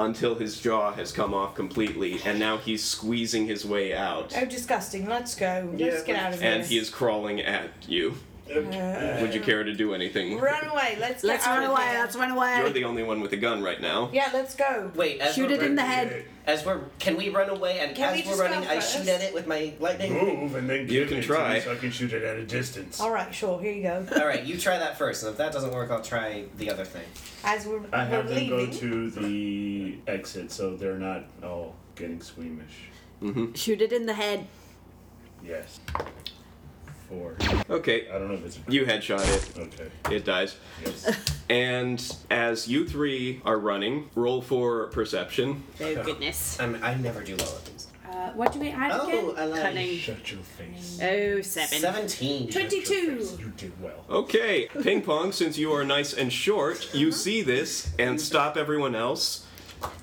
[SPEAKER 2] until his jaw has come off completely, and now he's squeezing his way out,
[SPEAKER 4] Oh, disgusting. Let's go. Let's get out of here.
[SPEAKER 2] and he is crawling at you. Would you care to do anything?
[SPEAKER 4] Run away. Let's get
[SPEAKER 8] Let's
[SPEAKER 4] out
[SPEAKER 8] run
[SPEAKER 4] of
[SPEAKER 8] away,
[SPEAKER 4] here.
[SPEAKER 8] let's run away.
[SPEAKER 2] You're the only one with a gun right now.
[SPEAKER 4] Yeah, let's go.
[SPEAKER 3] Wait, as
[SPEAKER 8] Shoot
[SPEAKER 3] we're
[SPEAKER 8] it in the
[SPEAKER 3] run-
[SPEAKER 8] head.
[SPEAKER 3] As we're can we run away? And
[SPEAKER 4] Can we
[SPEAKER 3] as we are
[SPEAKER 4] just go
[SPEAKER 3] running, I
[SPEAKER 4] first?
[SPEAKER 3] shoot at it with my lightning.
[SPEAKER 5] Move and then give
[SPEAKER 2] can
[SPEAKER 5] it to
[SPEAKER 2] try.
[SPEAKER 5] me so I can shoot it at a distance.
[SPEAKER 4] All right, sure. Here you go.
[SPEAKER 3] All right, you try that first, and if that doesn't work, I'll try the other thing.
[SPEAKER 4] As we're,
[SPEAKER 7] I have
[SPEAKER 4] we're
[SPEAKER 7] them
[SPEAKER 4] leaving.
[SPEAKER 7] go to the exit so they're not all getting squeamish.
[SPEAKER 8] Shoot it in the head.
[SPEAKER 7] Yes. Four.
[SPEAKER 2] Okay,
[SPEAKER 7] I don't know if it's
[SPEAKER 2] you headshot it.
[SPEAKER 7] okay.
[SPEAKER 2] It dies.
[SPEAKER 7] Yes.
[SPEAKER 4] *laughs*
[SPEAKER 2] And as you three are running, roll for perception.
[SPEAKER 8] Oh, goodness.
[SPEAKER 3] I'm, I never do well at these.
[SPEAKER 9] Uh, what do we add
[SPEAKER 3] Oh,
[SPEAKER 9] again?
[SPEAKER 3] I like
[SPEAKER 8] Cunning.
[SPEAKER 5] Shut your face.
[SPEAKER 4] Uh,
[SPEAKER 8] Oh, seven.
[SPEAKER 3] seventeen.
[SPEAKER 9] 22.
[SPEAKER 5] You did well.
[SPEAKER 2] Okay, Ping Pong, since you are nice and short,
[SPEAKER 8] Uh-huh.
[SPEAKER 2] you see this and stop everyone else.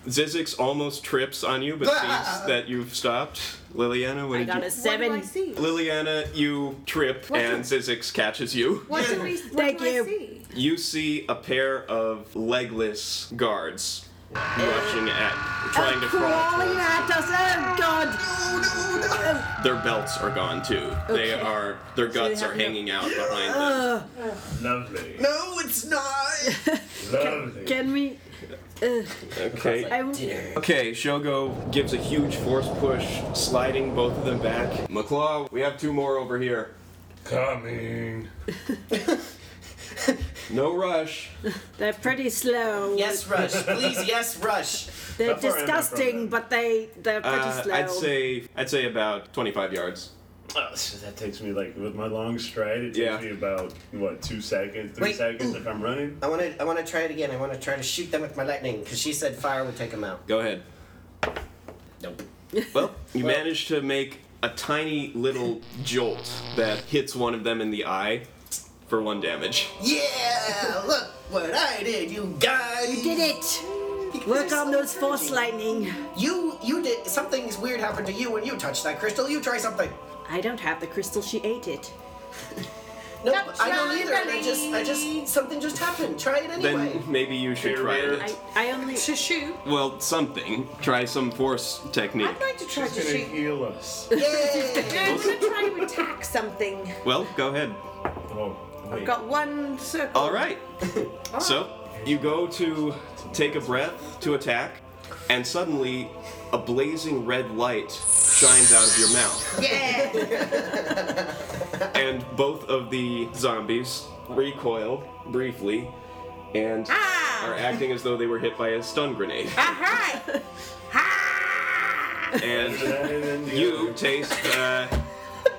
[SPEAKER 2] Zizix almost trips on you, but sees that you've stopped. Liliana, what
[SPEAKER 8] Ah! I
[SPEAKER 2] did
[SPEAKER 8] got
[SPEAKER 2] you?
[SPEAKER 8] a seven.
[SPEAKER 4] What do I see?
[SPEAKER 2] Liliana, you trip and Zizix catches you.
[SPEAKER 4] What do we? What
[SPEAKER 8] Thank
[SPEAKER 4] do
[SPEAKER 8] you.
[SPEAKER 4] I see?
[SPEAKER 2] You see a pair of legless guards rushing at, trying to crawl.
[SPEAKER 8] Crawling
[SPEAKER 2] towards-
[SPEAKER 8] at us. Oh, God.
[SPEAKER 2] Their belts are gone too. They are. Their guts are
[SPEAKER 8] have no-
[SPEAKER 2] hanging out behind them.
[SPEAKER 5] Lovely.
[SPEAKER 3] No, it's
[SPEAKER 4] *laughs*
[SPEAKER 3] not.
[SPEAKER 5] Lovely.
[SPEAKER 8] Can we? Uh,
[SPEAKER 2] Okay.
[SPEAKER 8] I w-
[SPEAKER 3] Dinner.
[SPEAKER 2] Okay, Shogo gives a huge force push, sliding both of them back. McClaw, we have two more over here.
[SPEAKER 5] Coming.
[SPEAKER 2] No rush.
[SPEAKER 8] they're pretty slow.
[SPEAKER 3] Yes, rush.
[SPEAKER 8] *laughs*
[SPEAKER 3] Please, yes, rush.
[SPEAKER 8] They're
[SPEAKER 7] How far am I from
[SPEAKER 8] disgusting,
[SPEAKER 7] them?
[SPEAKER 8] but they they're pretty
[SPEAKER 2] Uh,
[SPEAKER 8] slow.
[SPEAKER 2] I'd say I'd say about 25 yards.
[SPEAKER 7] Oh, so that takes me like with my long stride. It takes
[SPEAKER 2] Yeah.
[SPEAKER 7] me about what two seconds, three
[SPEAKER 3] Wait.
[SPEAKER 7] seconds if I'm running.
[SPEAKER 3] I want to. I want to try it again. I want to try to shoot them with my lightning because she said fire would take them out.
[SPEAKER 2] Go ahead.
[SPEAKER 3] Nope.
[SPEAKER 2] Well, you
[SPEAKER 3] Well-
[SPEAKER 2] manage to make a tiny little jolt that hits one of them in the eye for one damage.
[SPEAKER 3] Yeah, look what I did, you guys. You
[SPEAKER 8] Did it? Work on those force lightning.
[SPEAKER 3] You you did something's weird happened to you when you touched that crystal. You try something.
[SPEAKER 8] I don't have the crystal. She ate it.
[SPEAKER 3] No,
[SPEAKER 4] Touch
[SPEAKER 3] I don't
[SPEAKER 4] my
[SPEAKER 3] either. and I just I just something just happened. Try it anyway.
[SPEAKER 2] Then maybe you should try
[SPEAKER 8] I
[SPEAKER 2] it. *laughs*
[SPEAKER 8] I only.
[SPEAKER 4] To shoot.
[SPEAKER 2] Well, something. Try some force technique.
[SPEAKER 4] I'd like to try to
[SPEAKER 5] Gonna
[SPEAKER 4] shoot.
[SPEAKER 5] heal us.
[SPEAKER 3] Yay!
[SPEAKER 4] I'm gonna try to attack something.
[SPEAKER 2] Well, go ahead.
[SPEAKER 7] Oh, wait.
[SPEAKER 4] I've got one
[SPEAKER 8] *laughs*
[SPEAKER 4] circle.
[SPEAKER 2] All right. so you go to take a breath to attack, and suddenly a blazing red light shines out of your mouth,
[SPEAKER 4] Yeah.
[SPEAKER 2] and both of the zombies recoil briefly, and
[SPEAKER 4] Ah.
[SPEAKER 2] are acting as though they were hit by a stun grenade.
[SPEAKER 4] Aha! Ha!
[SPEAKER 2] And
[SPEAKER 7] And then the
[SPEAKER 2] you
[SPEAKER 7] other-
[SPEAKER 2] taste. Uh,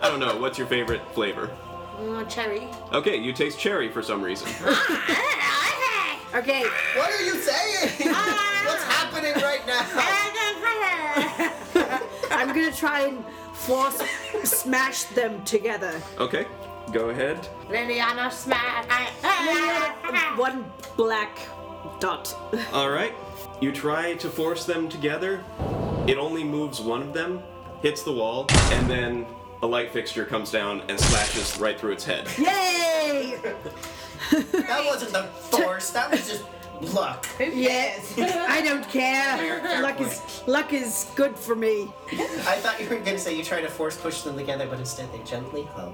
[SPEAKER 2] I don't know. What's your favorite flavor?
[SPEAKER 4] Oh, cherry.
[SPEAKER 2] Okay, you taste cherry for some reason.
[SPEAKER 8] Okay.
[SPEAKER 3] What are you saying? *laughs* What's happening right now?
[SPEAKER 8] I'm gonna try and force smash them together.
[SPEAKER 2] Okay, go ahead.
[SPEAKER 9] Liliana smash.
[SPEAKER 8] One black dot.
[SPEAKER 2] All right. You try to force them together. It only moves one of them, hits the wall, and then a light fixture comes down and slashes right through its
[SPEAKER 8] *laughs*
[SPEAKER 2] head.
[SPEAKER 8] Yay!
[SPEAKER 3] That wasn't the force. That was just luck.
[SPEAKER 8] *laughs* Yes. I don't care. Luck is luck is good for me.
[SPEAKER 3] I thought you were gonna say you tried to force push them together, but instead they gently hug.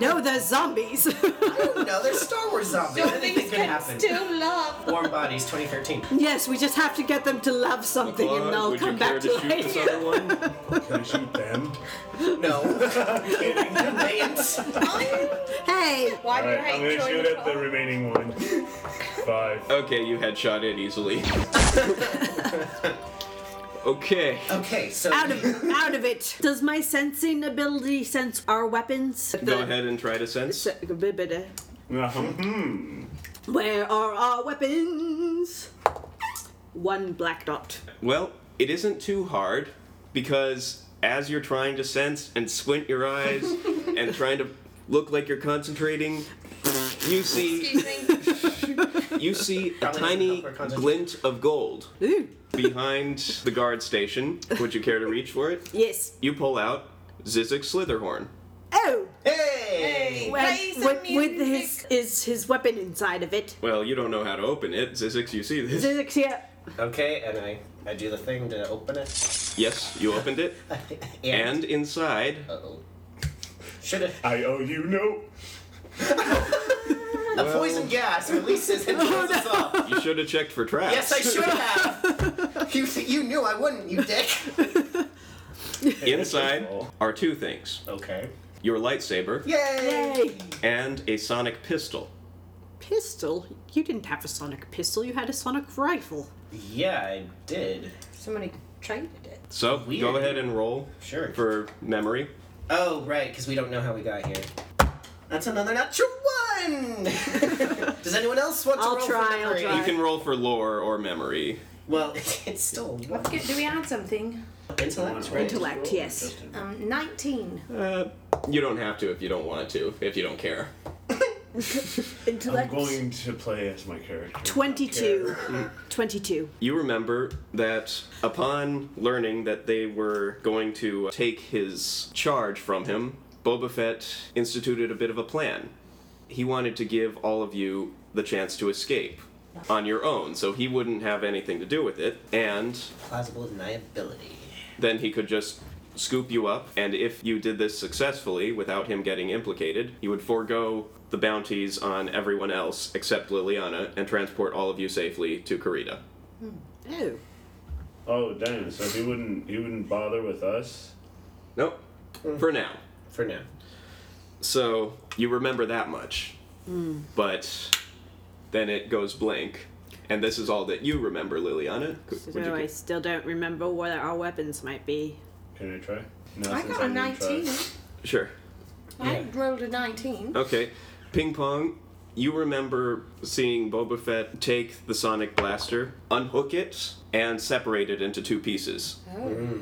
[SPEAKER 8] no, they're zombies. *laughs*
[SPEAKER 3] no, they're Star Wars zombies. Anything could happen.
[SPEAKER 9] Still love.
[SPEAKER 3] Warm Bodies 2013.
[SPEAKER 8] yes, we just have to get them to love something and they'll
[SPEAKER 2] would you
[SPEAKER 8] come
[SPEAKER 2] care
[SPEAKER 8] back
[SPEAKER 2] to
[SPEAKER 8] to
[SPEAKER 2] shoot this
[SPEAKER 8] life.
[SPEAKER 2] other one?
[SPEAKER 8] *laughs*
[SPEAKER 7] Can I shoot them?
[SPEAKER 3] No. They ins-
[SPEAKER 8] Hey,
[SPEAKER 9] Why do you
[SPEAKER 7] Alright, I'm
[SPEAKER 9] hate
[SPEAKER 7] gonna shoot
[SPEAKER 9] joining
[SPEAKER 7] at the remaining one. Five.
[SPEAKER 2] Okay, you headshot it
[SPEAKER 8] *laughs*
[SPEAKER 2] easily. okay.
[SPEAKER 3] okay, so
[SPEAKER 8] out of out of it. Does my sensing ability sense our weapons?
[SPEAKER 2] Go ahead and try to sense.
[SPEAKER 8] Se- a bit better.
[SPEAKER 7] Hmm.
[SPEAKER 8] Where are our weapons? One black dot.
[SPEAKER 2] Well, it isn't too hard because as you're trying to sense and squint your
[SPEAKER 8] *laughs*
[SPEAKER 2] eyes and trying to look like you're concentrating, you see
[SPEAKER 8] *laughs*
[SPEAKER 9] Excuse me.
[SPEAKER 2] you see a
[SPEAKER 3] Probably
[SPEAKER 2] tiny
[SPEAKER 3] help her concentrate.
[SPEAKER 2] glint of gold
[SPEAKER 8] Ooh.
[SPEAKER 2] behind the guard station. Would you care to reach for it?
[SPEAKER 8] Yes.
[SPEAKER 2] You pull out Zizek Slitherhorn.
[SPEAKER 8] Oh,
[SPEAKER 3] hey,
[SPEAKER 8] and
[SPEAKER 9] Play some
[SPEAKER 8] with, with his
[SPEAKER 9] music.
[SPEAKER 8] is his weapon inside of it.
[SPEAKER 2] Well, you don't know how to open it. Zizix, you see this?
[SPEAKER 8] Zizix here.
[SPEAKER 3] okay, and I I do the thing to open it,
[SPEAKER 2] Yes, you opened
[SPEAKER 3] *laughs*
[SPEAKER 2] it. And inside,
[SPEAKER 3] Uh-oh. should have
[SPEAKER 7] I owe you no.
[SPEAKER 3] a poison gas releases
[SPEAKER 8] *laughs*
[SPEAKER 3] and kills us all.
[SPEAKER 2] you should have checked for traps.
[SPEAKER 3] Yes, I should have.
[SPEAKER 8] *laughs*
[SPEAKER 3] you you knew I wouldn't, you dick.
[SPEAKER 2] Inside are two things
[SPEAKER 3] Okay.
[SPEAKER 2] your lightsaber
[SPEAKER 3] Yay.
[SPEAKER 8] Hey,
[SPEAKER 2] and a sonic pistol.
[SPEAKER 8] pistol. You didn't have a sonic pistol. You had a sonic rifle.
[SPEAKER 3] Yeah, I did.
[SPEAKER 9] Somebody traded it.
[SPEAKER 2] So go
[SPEAKER 3] Weird.
[SPEAKER 2] ahead and roll
[SPEAKER 3] Sure.
[SPEAKER 2] for memory.
[SPEAKER 3] Oh, right, because we don't know how we got here. That's another natural
[SPEAKER 8] *laughs*
[SPEAKER 3] one! Does anyone else want
[SPEAKER 8] I'll
[SPEAKER 3] to roll
[SPEAKER 8] try,
[SPEAKER 3] for
[SPEAKER 8] I'll
[SPEAKER 3] memory?
[SPEAKER 8] try.
[SPEAKER 2] You can roll for lore or memory.
[SPEAKER 3] Well, *laughs* it's still a one.
[SPEAKER 9] Let's get- Do we add something?
[SPEAKER 3] Intellect, right?
[SPEAKER 8] Intellect, yes.
[SPEAKER 9] Um, 19.
[SPEAKER 2] Uh, you don't have to if you don't want to, if you don't care.
[SPEAKER 7] I'm
[SPEAKER 8] Intellect.
[SPEAKER 7] going to play as my character.
[SPEAKER 8] 22. 22.
[SPEAKER 2] You remember that upon learning that they were going to take his charge from him, Boba Fett instituted a bit of a plan. He wanted to give all of you the chance to escape on your own, so he wouldn't have anything to do with it, and
[SPEAKER 3] Plausible deniability.
[SPEAKER 2] then he could just scoop you up, and if you did this successfully without him getting implicated, you would forego the bounties on everyone else except Liliana and transport all of you safely to Karita.
[SPEAKER 8] Oh.
[SPEAKER 7] Oh damn! So he wouldn't he wouldn't bother with us.
[SPEAKER 2] Nope. For now.
[SPEAKER 3] For now.
[SPEAKER 2] So you remember that much. But then it goes blank. And this is all that you remember, Liliana. Could-
[SPEAKER 8] So
[SPEAKER 2] would you
[SPEAKER 8] I
[SPEAKER 2] get-
[SPEAKER 8] still don't remember where our weapons might be.
[SPEAKER 7] Can I try? No,
[SPEAKER 9] I
[SPEAKER 7] since
[SPEAKER 9] got a
[SPEAKER 7] didn't
[SPEAKER 9] 19.
[SPEAKER 7] try.
[SPEAKER 2] Sure.
[SPEAKER 9] I rolled a 19.
[SPEAKER 2] Okay. Ping pong. You remember seeing Boba Fett take the sonic blaster, unhook it, and separate it into two pieces. Hmm.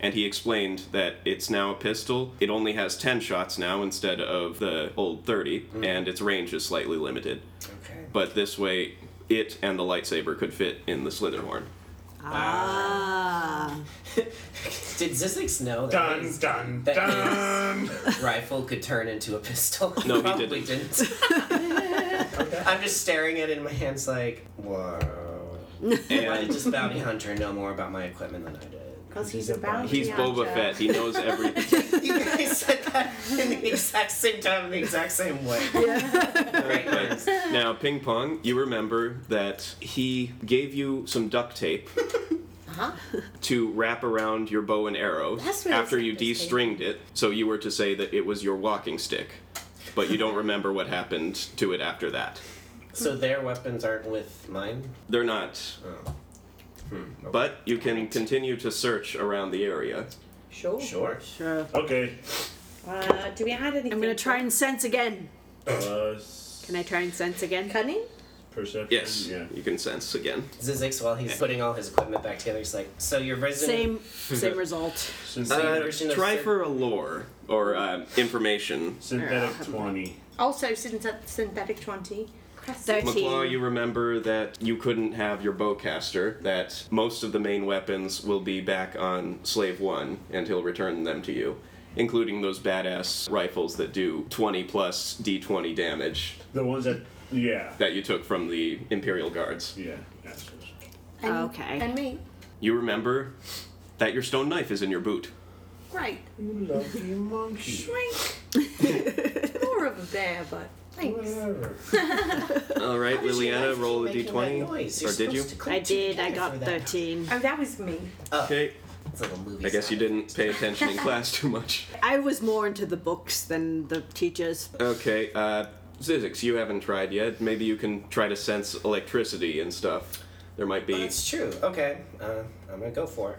[SPEAKER 2] And he explained that it's now a pistol. It only has 10 shots now instead of the old 30, and its range is slightly limited.
[SPEAKER 3] Okay.
[SPEAKER 2] but this way it and the lightsaber could fit in the Slitherhorn.
[SPEAKER 8] Ah.
[SPEAKER 3] Did Zizix know that
[SPEAKER 7] Dun
[SPEAKER 3] his
[SPEAKER 7] dun
[SPEAKER 3] That
[SPEAKER 7] dun.
[SPEAKER 3] *laughs* rifle could turn into a pistol?
[SPEAKER 2] No, he
[SPEAKER 3] Probably didn't.
[SPEAKER 2] *laughs*
[SPEAKER 3] I'm just staring at it in my hands like, whoa. Why did
[SPEAKER 2] And
[SPEAKER 3] this bounty hunter know more about my equipment than I did?
[SPEAKER 9] Because he's a bounty
[SPEAKER 2] he's Boba
[SPEAKER 9] hunter.
[SPEAKER 2] Fett. He knows everything.
[SPEAKER 3] You *laughs* guys said that in the exact same time, in the exact same way. Great minds.
[SPEAKER 2] now, Ping Pong, you remember that he gave you some duct tape to wrap around your bow and arrow
[SPEAKER 9] That's where the
[SPEAKER 2] after you
[SPEAKER 9] tape is
[SPEAKER 2] de-stringed it. So you were to say that it was your walking stick, but you don't remember what happened to it after that.
[SPEAKER 3] So their weapons aren't with mine? Oh.
[SPEAKER 2] They're not. But you can continue to search around the area.
[SPEAKER 9] Sure.
[SPEAKER 3] Sure.
[SPEAKER 8] Sure.
[SPEAKER 7] Okay.
[SPEAKER 9] Uh, do we add anything?
[SPEAKER 8] I'm gonna try and sense again.
[SPEAKER 7] Uh,
[SPEAKER 8] Can I try and sense again?
[SPEAKER 9] Cunning?
[SPEAKER 7] perception.
[SPEAKER 2] Yes,
[SPEAKER 7] Yeah.
[SPEAKER 2] you can sense again.
[SPEAKER 3] Zizix, while he's putting all his equipment back together, he's like, so your resident...
[SPEAKER 8] Same same *laughs* result.
[SPEAKER 7] Syn-
[SPEAKER 2] Uh,
[SPEAKER 3] version of
[SPEAKER 2] try
[SPEAKER 3] Syn-
[SPEAKER 2] for a lore or um, information.
[SPEAKER 7] synthetic twenty.
[SPEAKER 9] Also synthet- synthetic 20.
[SPEAKER 2] McClaw, you
[SPEAKER 8] Thirteen.
[SPEAKER 2] remember that you couldn't have your bowcaster, that most of the main weapons will be back on Slave One, and he'll return them to you, including those badass rifles that do 20 plus d20 damage
[SPEAKER 7] The ones that. Yeah.
[SPEAKER 2] that you took from the Imperial Guards.
[SPEAKER 7] Yeah. assholes.
[SPEAKER 9] And,
[SPEAKER 8] Oh, Okay.
[SPEAKER 9] And me.
[SPEAKER 2] You remember that your stone knife is in your boot.
[SPEAKER 9] Great.
[SPEAKER 7] You lucky monkey.
[SPEAKER 8] *laughs*
[SPEAKER 9] Drink. More of a bear, but thanks. *laughs*
[SPEAKER 2] All right,
[SPEAKER 3] How did you guys
[SPEAKER 2] Liliana,
[SPEAKER 3] keep
[SPEAKER 2] roll a
[SPEAKER 3] making that
[SPEAKER 2] d20.
[SPEAKER 3] noise?
[SPEAKER 2] Or
[SPEAKER 3] You're
[SPEAKER 2] did you?
[SPEAKER 3] supposed to click
[SPEAKER 8] I did. I
[SPEAKER 3] together
[SPEAKER 8] got
[SPEAKER 3] for that.
[SPEAKER 8] 13.
[SPEAKER 9] Oh, that was me.
[SPEAKER 2] Okay.
[SPEAKER 3] It's a little movie
[SPEAKER 2] I guess you
[SPEAKER 3] sound.
[SPEAKER 2] didn't pay attention
[SPEAKER 3] *laughs*
[SPEAKER 2] in class too much.
[SPEAKER 8] I was more into the books than the teachers.
[SPEAKER 2] Okay, uh, Zizix, you haven't tried yet. Maybe you can try to sense electricity and stuff. There might be.
[SPEAKER 3] That's true. Okay, uh, I'm gonna go for it.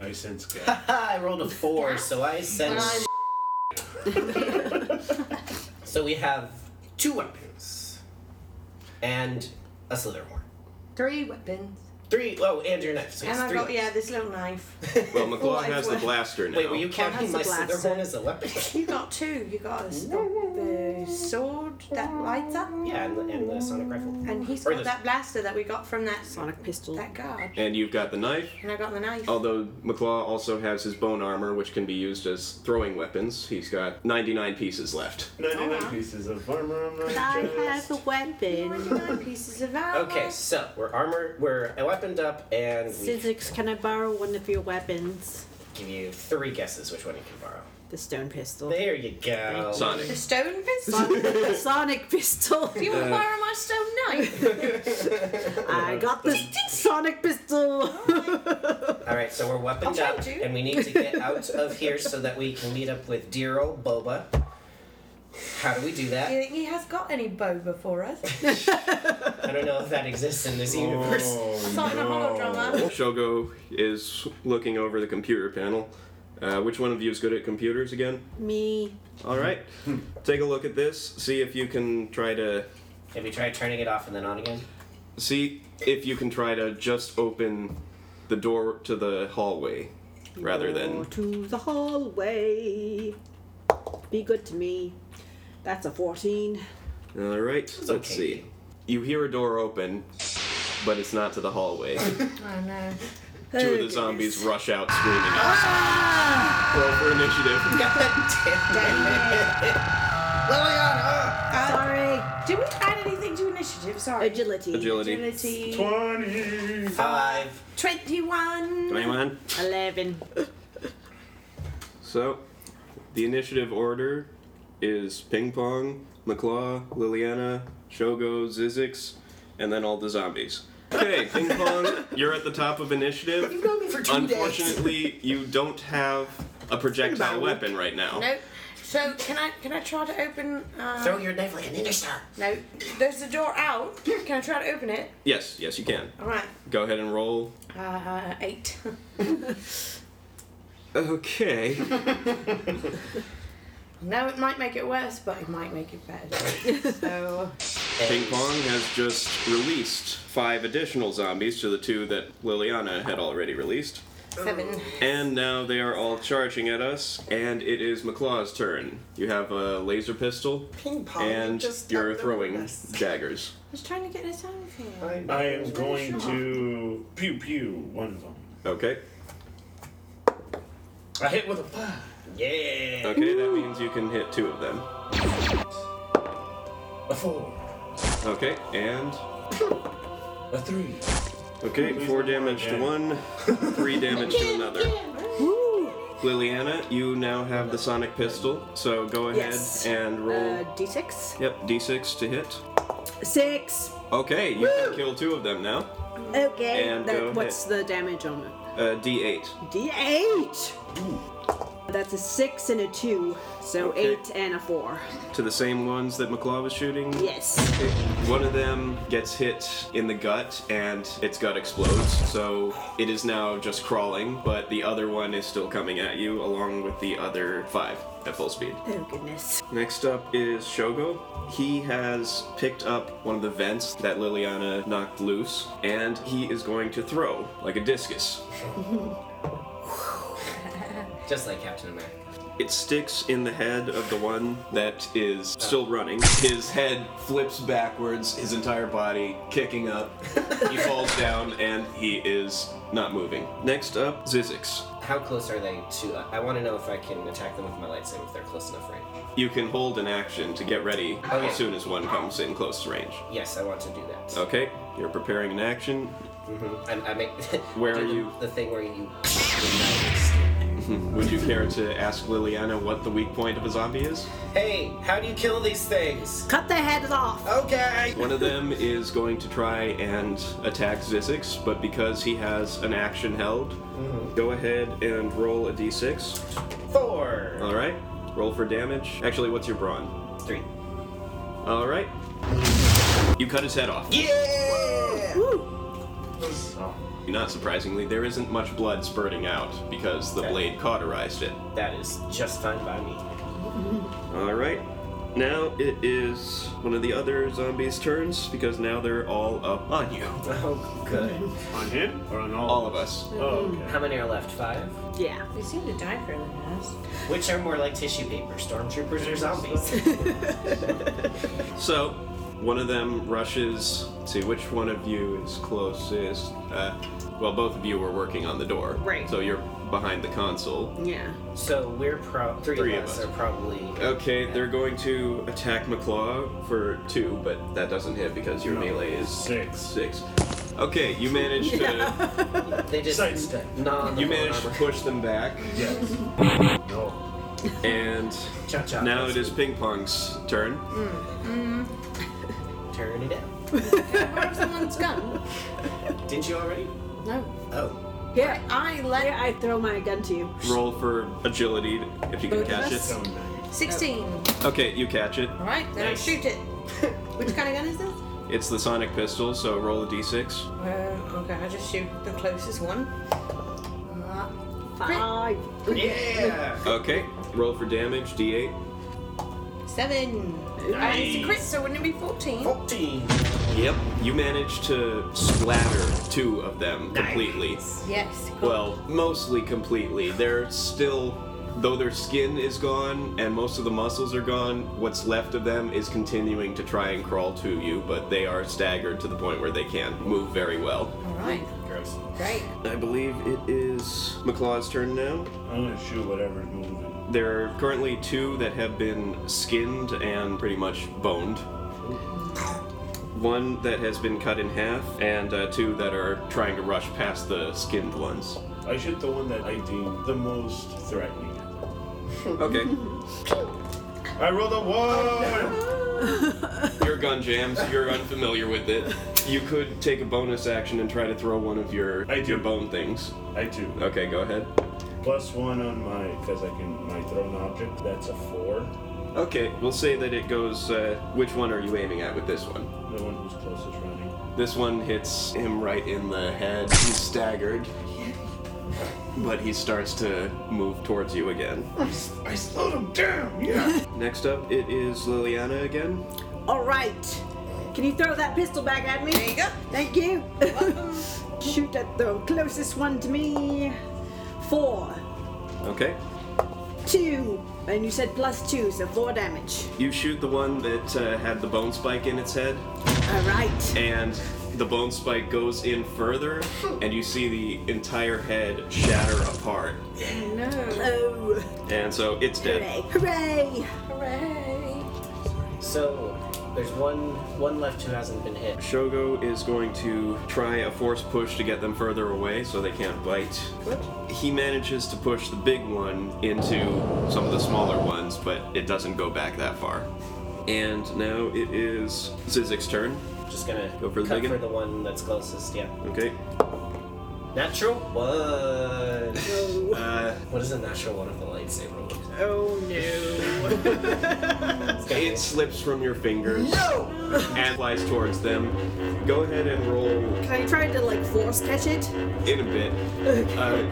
[SPEAKER 7] I sense God.
[SPEAKER 3] Ah, I rolled a four, so I sense. *laughs* so we have two weapons and a slither horn.
[SPEAKER 9] Three weapons.
[SPEAKER 3] Three. Oh, and your knife. So it's
[SPEAKER 9] And I
[SPEAKER 3] three.
[SPEAKER 9] got, yeah, this little knife. *laughs*
[SPEAKER 2] Well, McLaw
[SPEAKER 9] Well,
[SPEAKER 2] has
[SPEAKER 9] I-
[SPEAKER 2] the blaster now.
[SPEAKER 3] Wait, were you counting
[SPEAKER 8] has
[SPEAKER 3] my
[SPEAKER 8] the blaster.
[SPEAKER 3] slither horn as a weapon? *laughs*
[SPEAKER 9] You got two. You got a, s- the sword that lights up,
[SPEAKER 3] yeah, and the, and the sonic rifle.
[SPEAKER 9] and he's
[SPEAKER 3] Or
[SPEAKER 9] got
[SPEAKER 3] the-
[SPEAKER 9] that blaster that we got from that
[SPEAKER 8] Sonic pistol.
[SPEAKER 9] that guard.
[SPEAKER 2] And you've got the knife.
[SPEAKER 9] And I got the knife.
[SPEAKER 2] Although McLaw also has his bone armor, which can be used as throwing weapons. He's got 99 pieces left.
[SPEAKER 7] 99 pieces of armor on my
[SPEAKER 8] I
[SPEAKER 7] chest.
[SPEAKER 8] have a weapon.
[SPEAKER 9] 99 pieces of armor.
[SPEAKER 3] Okay, so we're armored, we're weaponed up, and we
[SPEAKER 8] Sizzix, can I borrow one of your weapons?
[SPEAKER 3] give you three guesses which one you can borrow.
[SPEAKER 8] The stone pistol.
[SPEAKER 3] There you go.
[SPEAKER 9] The
[SPEAKER 2] Sonic.
[SPEAKER 9] stone pistol.
[SPEAKER 8] The Sonic pistol.
[SPEAKER 9] Do you want to borrow my stone knife?
[SPEAKER 8] I got the Sonic pistol.
[SPEAKER 3] All right, so we're weaponed
[SPEAKER 9] I'll
[SPEAKER 3] up,
[SPEAKER 9] trade you.
[SPEAKER 3] and we need to get out of here so that we can meet up with dear old Boba. How do we do
[SPEAKER 9] Do you
[SPEAKER 3] that?
[SPEAKER 9] think he has got any boba for us?
[SPEAKER 3] I don't know if that exists in
[SPEAKER 2] Oh.
[SPEAKER 3] this
[SPEAKER 7] Oh,
[SPEAKER 3] universe.
[SPEAKER 9] I thought in a holodrama.
[SPEAKER 2] Shogo is looking over the computer panel. Uh, which one of you is good at computers again?
[SPEAKER 8] Me.
[SPEAKER 2] All right. Take a look at this. See if you can try to
[SPEAKER 3] Have you tried turning it off and then on again?
[SPEAKER 2] see if you can try to just open the door to the hallway rather
[SPEAKER 8] Go
[SPEAKER 2] than
[SPEAKER 8] to the hallway. Be good to me. That's a 14.
[SPEAKER 2] All right. Let's
[SPEAKER 3] okay.
[SPEAKER 2] see. You hear a door open, but it's not to the hallway.
[SPEAKER 9] I know.
[SPEAKER 2] Two of the zombies rush out screaming. Ah! Roll for initiative.
[SPEAKER 8] Sorry.
[SPEAKER 9] Did we add anything to initiative? Sorry.
[SPEAKER 8] Agility.
[SPEAKER 2] Agility.
[SPEAKER 9] Agility.
[SPEAKER 7] 20!
[SPEAKER 3] Five.
[SPEAKER 9] 21.
[SPEAKER 2] 21.
[SPEAKER 8] 11.
[SPEAKER 2] So, the initiative order is Ping Pong, McClaw, Liliana, Shogo, Zizix, and then all the zombies. Okay, Ping Pong, you're at the top of initiative.
[SPEAKER 3] known me for two
[SPEAKER 2] Unfortunately, you don't have a projectile weapon right now.
[SPEAKER 9] No. So can I can I try to open? Uh,
[SPEAKER 3] Throw your knife like an ninja star.
[SPEAKER 9] no. There's a door out. Can I try to open it?
[SPEAKER 2] Yes, yes, you can.
[SPEAKER 9] All right.
[SPEAKER 2] Go ahead and roll.
[SPEAKER 9] Uh, eight. *laughs*
[SPEAKER 2] Okay.
[SPEAKER 9] no, it might make it worse, but it might make it better. so
[SPEAKER 2] Ping Pong has just released five additional zombies to the two that Liliana had already released.
[SPEAKER 9] seven.
[SPEAKER 2] And now they are all charging at us, and it is McClaw's turn. You have a laser pistol
[SPEAKER 6] Ping pong.
[SPEAKER 2] and
[SPEAKER 6] just
[SPEAKER 2] you're
[SPEAKER 6] outnumbered
[SPEAKER 2] throwing
[SPEAKER 6] us.
[SPEAKER 2] daggers.
[SPEAKER 9] I was trying to get this out of here.
[SPEAKER 7] I am going to pew pew one of them.
[SPEAKER 2] Okay.
[SPEAKER 5] I hit with a five.
[SPEAKER 3] Yeah.
[SPEAKER 2] Okay, that means you can hit two of them.
[SPEAKER 5] A four.
[SPEAKER 2] Okay, and
[SPEAKER 5] A three.
[SPEAKER 2] okay, four damage to one, *laughs* three damage to another. Liliana, you now have the sonic pistol, so go ahead
[SPEAKER 8] Yes.
[SPEAKER 2] and
[SPEAKER 8] Uh,
[SPEAKER 2] roll.
[SPEAKER 8] D6.
[SPEAKER 2] Yep, d6 to hit.
[SPEAKER 8] 6.
[SPEAKER 2] Okay, you can kill two of them now.
[SPEAKER 8] Okay.
[SPEAKER 2] And
[SPEAKER 8] that,
[SPEAKER 2] go
[SPEAKER 8] what's the damage on it?
[SPEAKER 2] Uh, D8.
[SPEAKER 8] D8! That's a 6 and a 2. So
[SPEAKER 2] Okay.
[SPEAKER 8] 8 and a 4.
[SPEAKER 2] To the same ones that McClaw was shooting?
[SPEAKER 8] Yes.
[SPEAKER 2] One of them gets hit in the gut and its gut explodes, so it is now just crawling, but the other one is still coming at you along with the other five at full speed.
[SPEAKER 8] Oh, goodness.
[SPEAKER 2] Next up is Shogo. He has picked up one of the vents that Liliana knocked loose, and he is going to throw like a discus.
[SPEAKER 3] Just like Captain America.
[SPEAKER 2] It sticks in the head of the one that is still running. His head flips backwards, his entire body kicking up. he falls down and he is not moving. Next up, Zizix.
[SPEAKER 3] How close are they to? uh, I want to know if I can attack them with my lightsaber if they're close enough range.
[SPEAKER 2] You can hold an action to get ready
[SPEAKER 3] Okay.
[SPEAKER 2] as soon as one comes in close range.
[SPEAKER 3] Yes, I want to do that. Mm-hmm.
[SPEAKER 2] Okay, you're preparing an action.
[SPEAKER 3] I, I make. *laughs*
[SPEAKER 2] Where
[SPEAKER 3] do
[SPEAKER 2] are
[SPEAKER 3] *laughs* the-
[SPEAKER 2] you?
[SPEAKER 3] The thing where you.
[SPEAKER 2] Would you care to ask Liliana what the weak point of a zombie is?
[SPEAKER 3] Hey, how do you kill these things?
[SPEAKER 8] Cut their heads off.
[SPEAKER 3] Okay.
[SPEAKER 2] One of them is going to try and attack Zizix, but because he has an action held, go ahead and roll a d6.
[SPEAKER 3] Four.
[SPEAKER 2] All right, roll for damage. Actually, what's your brawn?
[SPEAKER 3] Three.
[SPEAKER 2] All right, you cut his head off.
[SPEAKER 3] Yeah.
[SPEAKER 7] So,
[SPEAKER 2] Not surprisingly, there isn't much blood spurting out because the
[SPEAKER 3] Okay.
[SPEAKER 2] blade cauterized it.
[SPEAKER 3] That is just fine by me. *laughs*
[SPEAKER 2] All right. Now it is one of the other zombies' turns because now they're all up on you.
[SPEAKER 3] Oh, good.
[SPEAKER 2] *laughs*
[SPEAKER 7] on him or on all?
[SPEAKER 2] All of us.
[SPEAKER 7] Oh, okay.
[SPEAKER 3] How many are left? Five.
[SPEAKER 8] *laughs* Yeah.
[SPEAKER 9] They seem to die fairly fast.
[SPEAKER 3] Which are more like tissue paper, stormtroopers or
[SPEAKER 2] *laughs*
[SPEAKER 3] zombies?
[SPEAKER 2] So, one of them rushes. Let's see which one of you is closest. Uh, well, both of you were working on the door,
[SPEAKER 8] Right.
[SPEAKER 2] So you're behind the console.
[SPEAKER 8] Yeah.
[SPEAKER 3] so we're pro. Three,
[SPEAKER 2] Three
[SPEAKER 3] of
[SPEAKER 2] of
[SPEAKER 3] us,
[SPEAKER 2] us.
[SPEAKER 3] are probably.
[SPEAKER 2] Okay, they're going to attack McClaw for two, but that doesn't hit because your melee is
[SPEAKER 7] Six.
[SPEAKER 2] *laughs* Six. Okay, you managed to
[SPEAKER 3] They just
[SPEAKER 7] Side step.
[SPEAKER 3] gnaw on
[SPEAKER 2] *laughs*
[SPEAKER 3] the
[SPEAKER 2] you
[SPEAKER 3] bone
[SPEAKER 2] managed to *laughs*
[SPEAKER 3] armor.
[SPEAKER 2] push them back,
[SPEAKER 7] Yes. no.
[SPEAKER 2] and
[SPEAKER 3] Chop chop.
[SPEAKER 2] now it is Ping Pong's turn.
[SPEAKER 3] Turn it out.
[SPEAKER 2] *laughs*
[SPEAKER 4] Where's *laughs* someone's gun?
[SPEAKER 3] Didn't you already?
[SPEAKER 4] No.
[SPEAKER 3] Oh.
[SPEAKER 8] Here,
[SPEAKER 4] I let
[SPEAKER 8] here, I throw my gun to you.
[SPEAKER 2] Roll for agility if you can
[SPEAKER 4] Both of
[SPEAKER 2] catch
[SPEAKER 4] us?
[SPEAKER 2] it.
[SPEAKER 7] So nice.
[SPEAKER 4] 16.
[SPEAKER 2] Okay, you catch it.
[SPEAKER 4] All right, then
[SPEAKER 3] Nice.
[SPEAKER 4] I shoot it. *laughs* Which kind of gun is this?
[SPEAKER 2] It's the sonic pistol, so roll a d6.
[SPEAKER 4] Um, okay, I just shoot the closest one. Uh,
[SPEAKER 8] Five.
[SPEAKER 3] Yeah.
[SPEAKER 2] Okay, roll for damage, d8.
[SPEAKER 4] Seven. Uh, it's a crit, so wouldn't it be 14?
[SPEAKER 3] Fourteen.
[SPEAKER 2] Yep. You managed to splatter two of them completely.
[SPEAKER 4] Yes. cool.
[SPEAKER 2] Well, mostly completely. They're still, though their skin is gone and most of the muscles are gone, what's left of them is continuing to try and crawl to you, but they are staggered to the point where they can't move very well.
[SPEAKER 4] All right.
[SPEAKER 7] Gross.
[SPEAKER 4] Great.
[SPEAKER 2] I believe it is McClaw's turn now.
[SPEAKER 7] I'm gonna shoot whatever's moving.
[SPEAKER 2] There are currently two that have been skinned and pretty much boned. One that has been cut in half, and uh, two that are trying to rush past the skinned ones.
[SPEAKER 7] I shoot the one that I deem the most threatening.
[SPEAKER 2] Okay,
[SPEAKER 7] I rolled a one.
[SPEAKER 2] your gun jams. You're unfamiliar with it. You could take a bonus action and try to throw one of your
[SPEAKER 7] I do.
[SPEAKER 2] your bone things.
[SPEAKER 7] I do.
[SPEAKER 2] Okay, go ahead.
[SPEAKER 7] Plus one on my because I can my thrown object. That's a four.
[SPEAKER 2] Okay, we'll say that it goes. Uh, which one are you aiming at with this one?
[SPEAKER 7] The one who's closest running.
[SPEAKER 2] This one hits him right in the head. He's staggered. But he starts to move towards you again.
[SPEAKER 5] I slowed him down, yeah.
[SPEAKER 2] Next up, it is Liliana again.
[SPEAKER 8] All right. Can you throw that pistol back at me? There you go. Thank you. *laughs* Shoot at the closest one to me. Four,
[SPEAKER 2] Okay.
[SPEAKER 8] two, and you said plus two, so four damage.
[SPEAKER 2] You shoot the one that uh, had the bone spike in its head,
[SPEAKER 8] All right.
[SPEAKER 2] and the bone spike goes in further, and you see the entire head shatter apart.
[SPEAKER 8] Oh,
[SPEAKER 2] And so it's dead.
[SPEAKER 8] hooray! Hooray!
[SPEAKER 4] Hooray.
[SPEAKER 3] So there's one one left who hasn't been hit.
[SPEAKER 2] Shogo is going to try a force push to get them further away so they can't bite. He manages to push the big one into some of the smaller ones, but it doesn't go back that far. And now it is Zizik's turn.
[SPEAKER 3] Just gonna
[SPEAKER 2] Go for the
[SPEAKER 3] cut
[SPEAKER 2] big one?
[SPEAKER 3] for the one that's closest. Yeah.
[SPEAKER 2] Okay.
[SPEAKER 3] Natural one. *laughs*
[SPEAKER 2] Uh,
[SPEAKER 3] what is a natural one of the lightsaber? look like?
[SPEAKER 8] Oh no!
[SPEAKER 3] *laughs*
[SPEAKER 2] It slips from your fingers and flies towards them. Go ahead and roll
[SPEAKER 8] Can I try to like force catch it?
[SPEAKER 2] in a bit. Uh,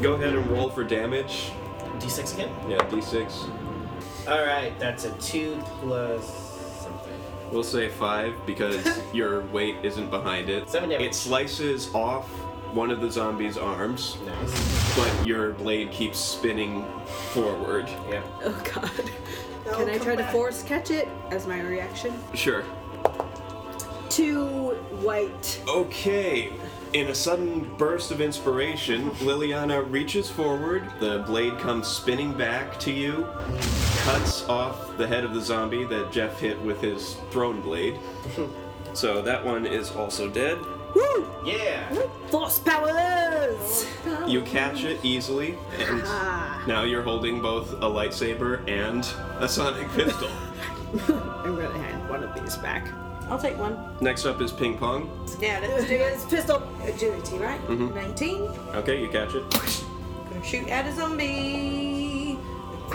[SPEAKER 2] go ahead and roll for damage.
[SPEAKER 3] D6 again.
[SPEAKER 2] Yeah, d6.
[SPEAKER 3] All right, that's a two plus something.
[SPEAKER 2] We'll say five
[SPEAKER 3] *laughs*
[SPEAKER 2] because your weight isn't behind it.
[SPEAKER 3] Seven damage.
[SPEAKER 2] It slices off one of the zombie's arms,
[SPEAKER 3] Nice.
[SPEAKER 2] but your blade keeps spinning forward.
[SPEAKER 3] Yeah.
[SPEAKER 8] Oh god! Can I try to force catch it as my reaction?
[SPEAKER 2] Sure.
[SPEAKER 8] Two white.
[SPEAKER 2] Okay. In a sudden burst of inspiration, Liliana reaches forward. The blade comes spinning back to you, cuts off the head of the zombie that Jeff hit with his thrown blade. so that one is also dead.
[SPEAKER 8] Woo!
[SPEAKER 2] Yeah.
[SPEAKER 8] Force powers!
[SPEAKER 2] You catch it easily, and
[SPEAKER 8] Uh-huh. Ah,
[SPEAKER 2] now you're holding both a lightsaber and a sonic pistol.
[SPEAKER 8] I'm gonna hand one of these back.
[SPEAKER 4] I'll take one.
[SPEAKER 2] Next up is ping pong.
[SPEAKER 4] Now let's do *laughs*
[SPEAKER 8] It's pistol.
[SPEAKER 4] agility, right? 19.
[SPEAKER 2] Okay, you catch it.
[SPEAKER 4] Gonna shoot at a zombie.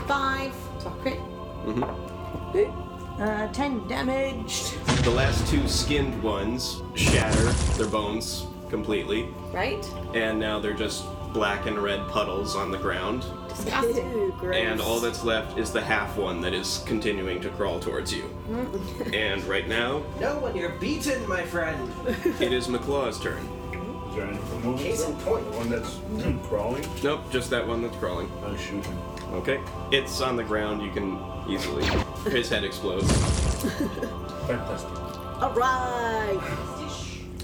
[SPEAKER 4] Five. So I crit. Boop. Uh, 10 damaged.
[SPEAKER 2] The last two skinned ones shatter their bones completely,
[SPEAKER 4] *laughs* Right?
[SPEAKER 2] and now they're just black and red puddles on the ground.
[SPEAKER 8] Ew, gross.
[SPEAKER 2] And all that's left is the half one that is continuing to crawl towards you.
[SPEAKER 8] Mm. *laughs*
[SPEAKER 2] and right now,
[SPEAKER 3] No one, you're beaten, my friend.
[SPEAKER 2] it is McClaw's turn.
[SPEAKER 7] Is there anything from moving?
[SPEAKER 3] Case in point.
[SPEAKER 7] The one that's crawling?
[SPEAKER 2] Nope, just that one that's crawling.
[SPEAKER 7] I shoot him.
[SPEAKER 2] Okay. It's on the ground, you can easily. His head explodes.
[SPEAKER 7] Fantastic.
[SPEAKER 8] Alright!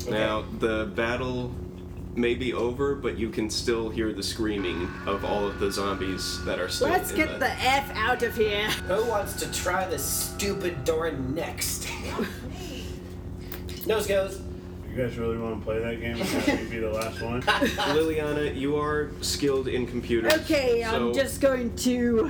[SPEAKER 2] Now, the battle may be over, but you can still hear the screaming of all of the zombies that are still.
[SPEAKER 8] Let's
[SPEAKER 2] in
[SPEAKER 8] get the F out of here.
[SPEAKER 3] Who wants to try this stupid door *laughs* next? Nose goes.
[SPEAKER 7] You guys really want to play that game? and have me be the
[SPEAKER 5] *laughs*
[SPEAKER 7] last one?
[SPEAKER 2] Liliana, you are skilled in computers.
[SPEAKER 8] Okay,
[SPEAKER 2] so-
[SPEAKER 8] I'm just going to.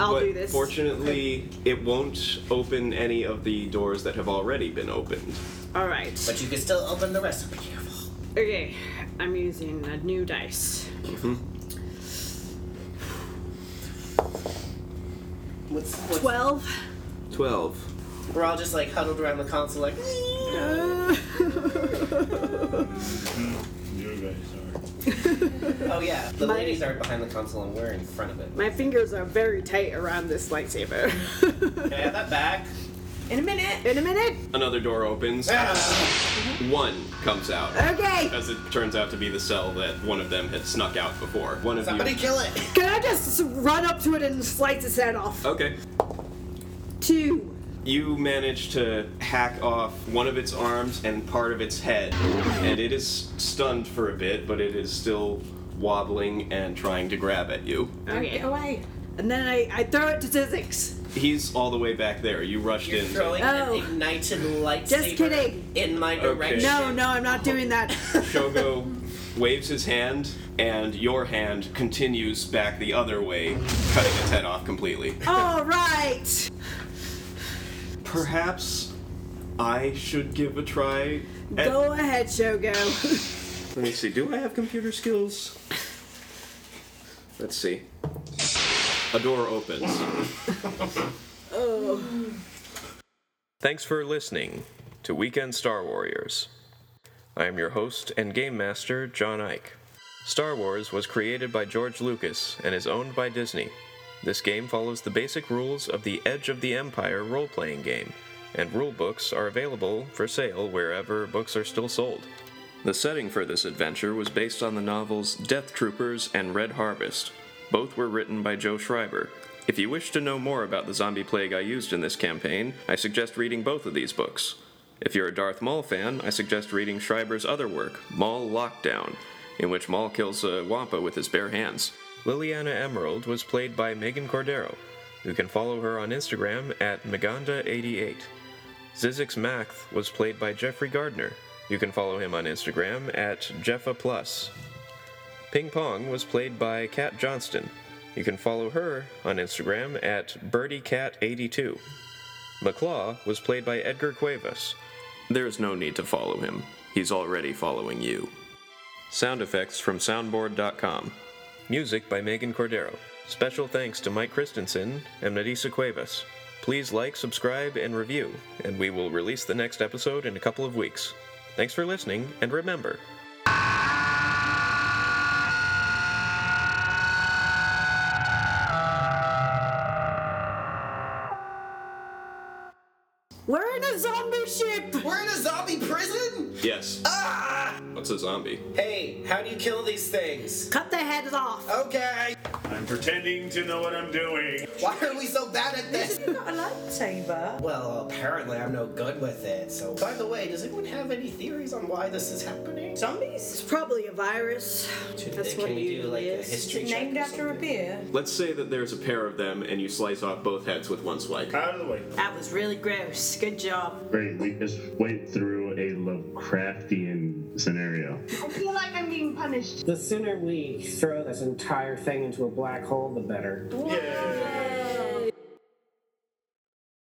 [SPEAKER 8] I'll
[SPEAKER 2] but
[SPEAKER 8] do this.
[SPEAKER 2] Fortunately, it won't open any of the doors that have already been opened.
[SPEAKER 8] Alright.
[SPEAKER 3] But you can still open the rest. Be careful.
[SPEAKER 8] Okay, I'm using a new dice.
[SPEAKER 3] What's, what's,
[SPEAKER 8] 12.
[SPEAKER 2] 12.
[SPEAKER 3] we're all just like huddled around the console, like.
[SPEAKER 7] Hmm. you guys
[SPEAKER 3] Oh yeah, the
[SPEAKER 8] My-
[SPEAKER 3] ladies are behind the console and we're in front of it.
[SPEAKER 8] *laughs* My fingers are very tight around this
[SPEAKER 2] *laughs*
[SPEAKER 8] lightsaber.
[SPEAKER 3] Can I have that back?
[SPEAKER 4] In a minute.
[SPEAKER 8] In a minute.
[SPEAKER 2] Another door opens.
[SPEAKER 3] Ah,
[SPEAKER 2] One comes out.
[SPEAKER 8] Okay.
[SPEAKER 2] As it turns out to be the cell that one of them had snuck out before. One of
[SPEAKER 3] somebody
[SPEAKER 2] you.
[SPEAKER 3] kill *laughs* it.
[SPEAKER 8] Can I just run up to it and slice its head off?
[SPEAKER 2] Okay.
[SPEAKER 8] Two.
[SPEAKER 2] You manage to hack off one of its arms and part of its head, and it is stunned for a bit, but it is still wobbling and trying to grab at you.
[SPEAKER 8] Okay.
[SPEAKER 4] Get away.
[SPEAKER 8] And then I, I throw it to Zizix.
[SPEAKER 2] He's all the way back there. You rushed
[SPEAKER 3] You're
[SPEAKER 2] in.
[SPEAKER 3] throwing
[SPEAKER 8] Oh.
[SPEAKER 3] an ignited lightsaber.
[SPEAKER 8] kidding.
[SPEAKER 3] In my direction.
[SPEAKER 8] No, no, I'm not doing
[SPEAKER 3] *laughs*
[SPEAKER 8] that.
[SPEAKER 2] Shogo waves his hand, and your hand continues back the other way, cutting its head off completely.
[SPEAKER 8] All right.
[SPEAKER 2] Perhaps I should give a try. At,
[SPEAKER 8] Go ahead, Shogo.
[SPEAKER 2] Let me see. Do I have computer skills? Let's see. A door opens.
[SPEAKER 1] Oh. Thanks for listening to Weekend Star Warriors. I am your host and game master, John Ike. Star Wars was created by George Lucas and is owned by Disney. This game follows the basic rules of the Edge of the Empire role playing game, and rule books are available for sale wherever books are still sold. The setting for this adventure was based on the novels Death Troopers and Red Harvest. Both were written by Joe Schreiber. If you wish to know more about the zombie plague I used in this campaign, I suggest reading both of these books. If you're a Darth Maul fan, I suggest reading Schreiber's other work, Maul Lockdown, in which Maul kills a Wampa with his bare hands. Liliana Emerald was played by Megan Cordero. You can follow her on Instagram at Maganda88. Zizix Math was played by Jeffrey Gardner. You can follow him on Instagram at JeffaPlus. Ping Pong was played by Kat Johnston. You can follow her on Instagram at BirdieCat82. McClaw was played by Edgar Cuevas. There's no need to follow him. He's already following you. Sound effects from soundboard.com. Music by Megan Cordero. Special thanks to Mike Christensen and Nadisa Cuevas. Please like, subscribe, and review, and we will release the next episode in a couple of weeks. Thanks for listening, and remember,
[SPEAKER 8] We're in a zombie ship.
[SPEAKER 3] We're in a zombie prison.
[SPEAKER 2] Yes.
[SPEAKER 3] Ah!
[SPEAKER 2] What's a zombie?
[SPEAKER 3] Hey, how do you kill these things?
[SPEAKER 8] Cut their heads off.
[SPEAKER 3] Okay.
[SPEAKER 7] are. I'm pretending to know what I'm doing.
[SPEAKER 3] Why are we so bad at this?
[SPEAKER 9] You've got a lightsaber.
[SPEAKER 3] Well, apparently I'm no good with it. So, by the way, does anyone have any theories on why this is happening?
[SPEAKER 9] Zombies?
[SPEAKER 8] It's probably a virus. That's
[SPEAKER 3] Can
[SPEAKER 8] what
[SPEAKER 3] we do like
[SPEAKER 8] usually
[SPEAKER 3] a
[SPEAKER 8] is.
[SPEAKER 3] history check?
[SPEAKER 9] Named
[SPEAKER 3] or
[SPEAKER 9] after a
[SPEAKER 3] something?
[SPEAKER 9] beer.
[SPEAKER 2] Let's say that there's a pair of them and you slice off both heads with one swipe.
[SPEAKER 7] Out of the way.
[SPEAKER 8] That was really gross. Good job.
[SPEAKER 10] Great, we just went through a Lovecraftian
[SPEAKER 7] scenario.
[SPEAKER 11] I feel like I'm being punished.
[SPEAKER 3] The sooner we throw this entire thing into a black hole, the better.
[SPEAKER 11] Yay!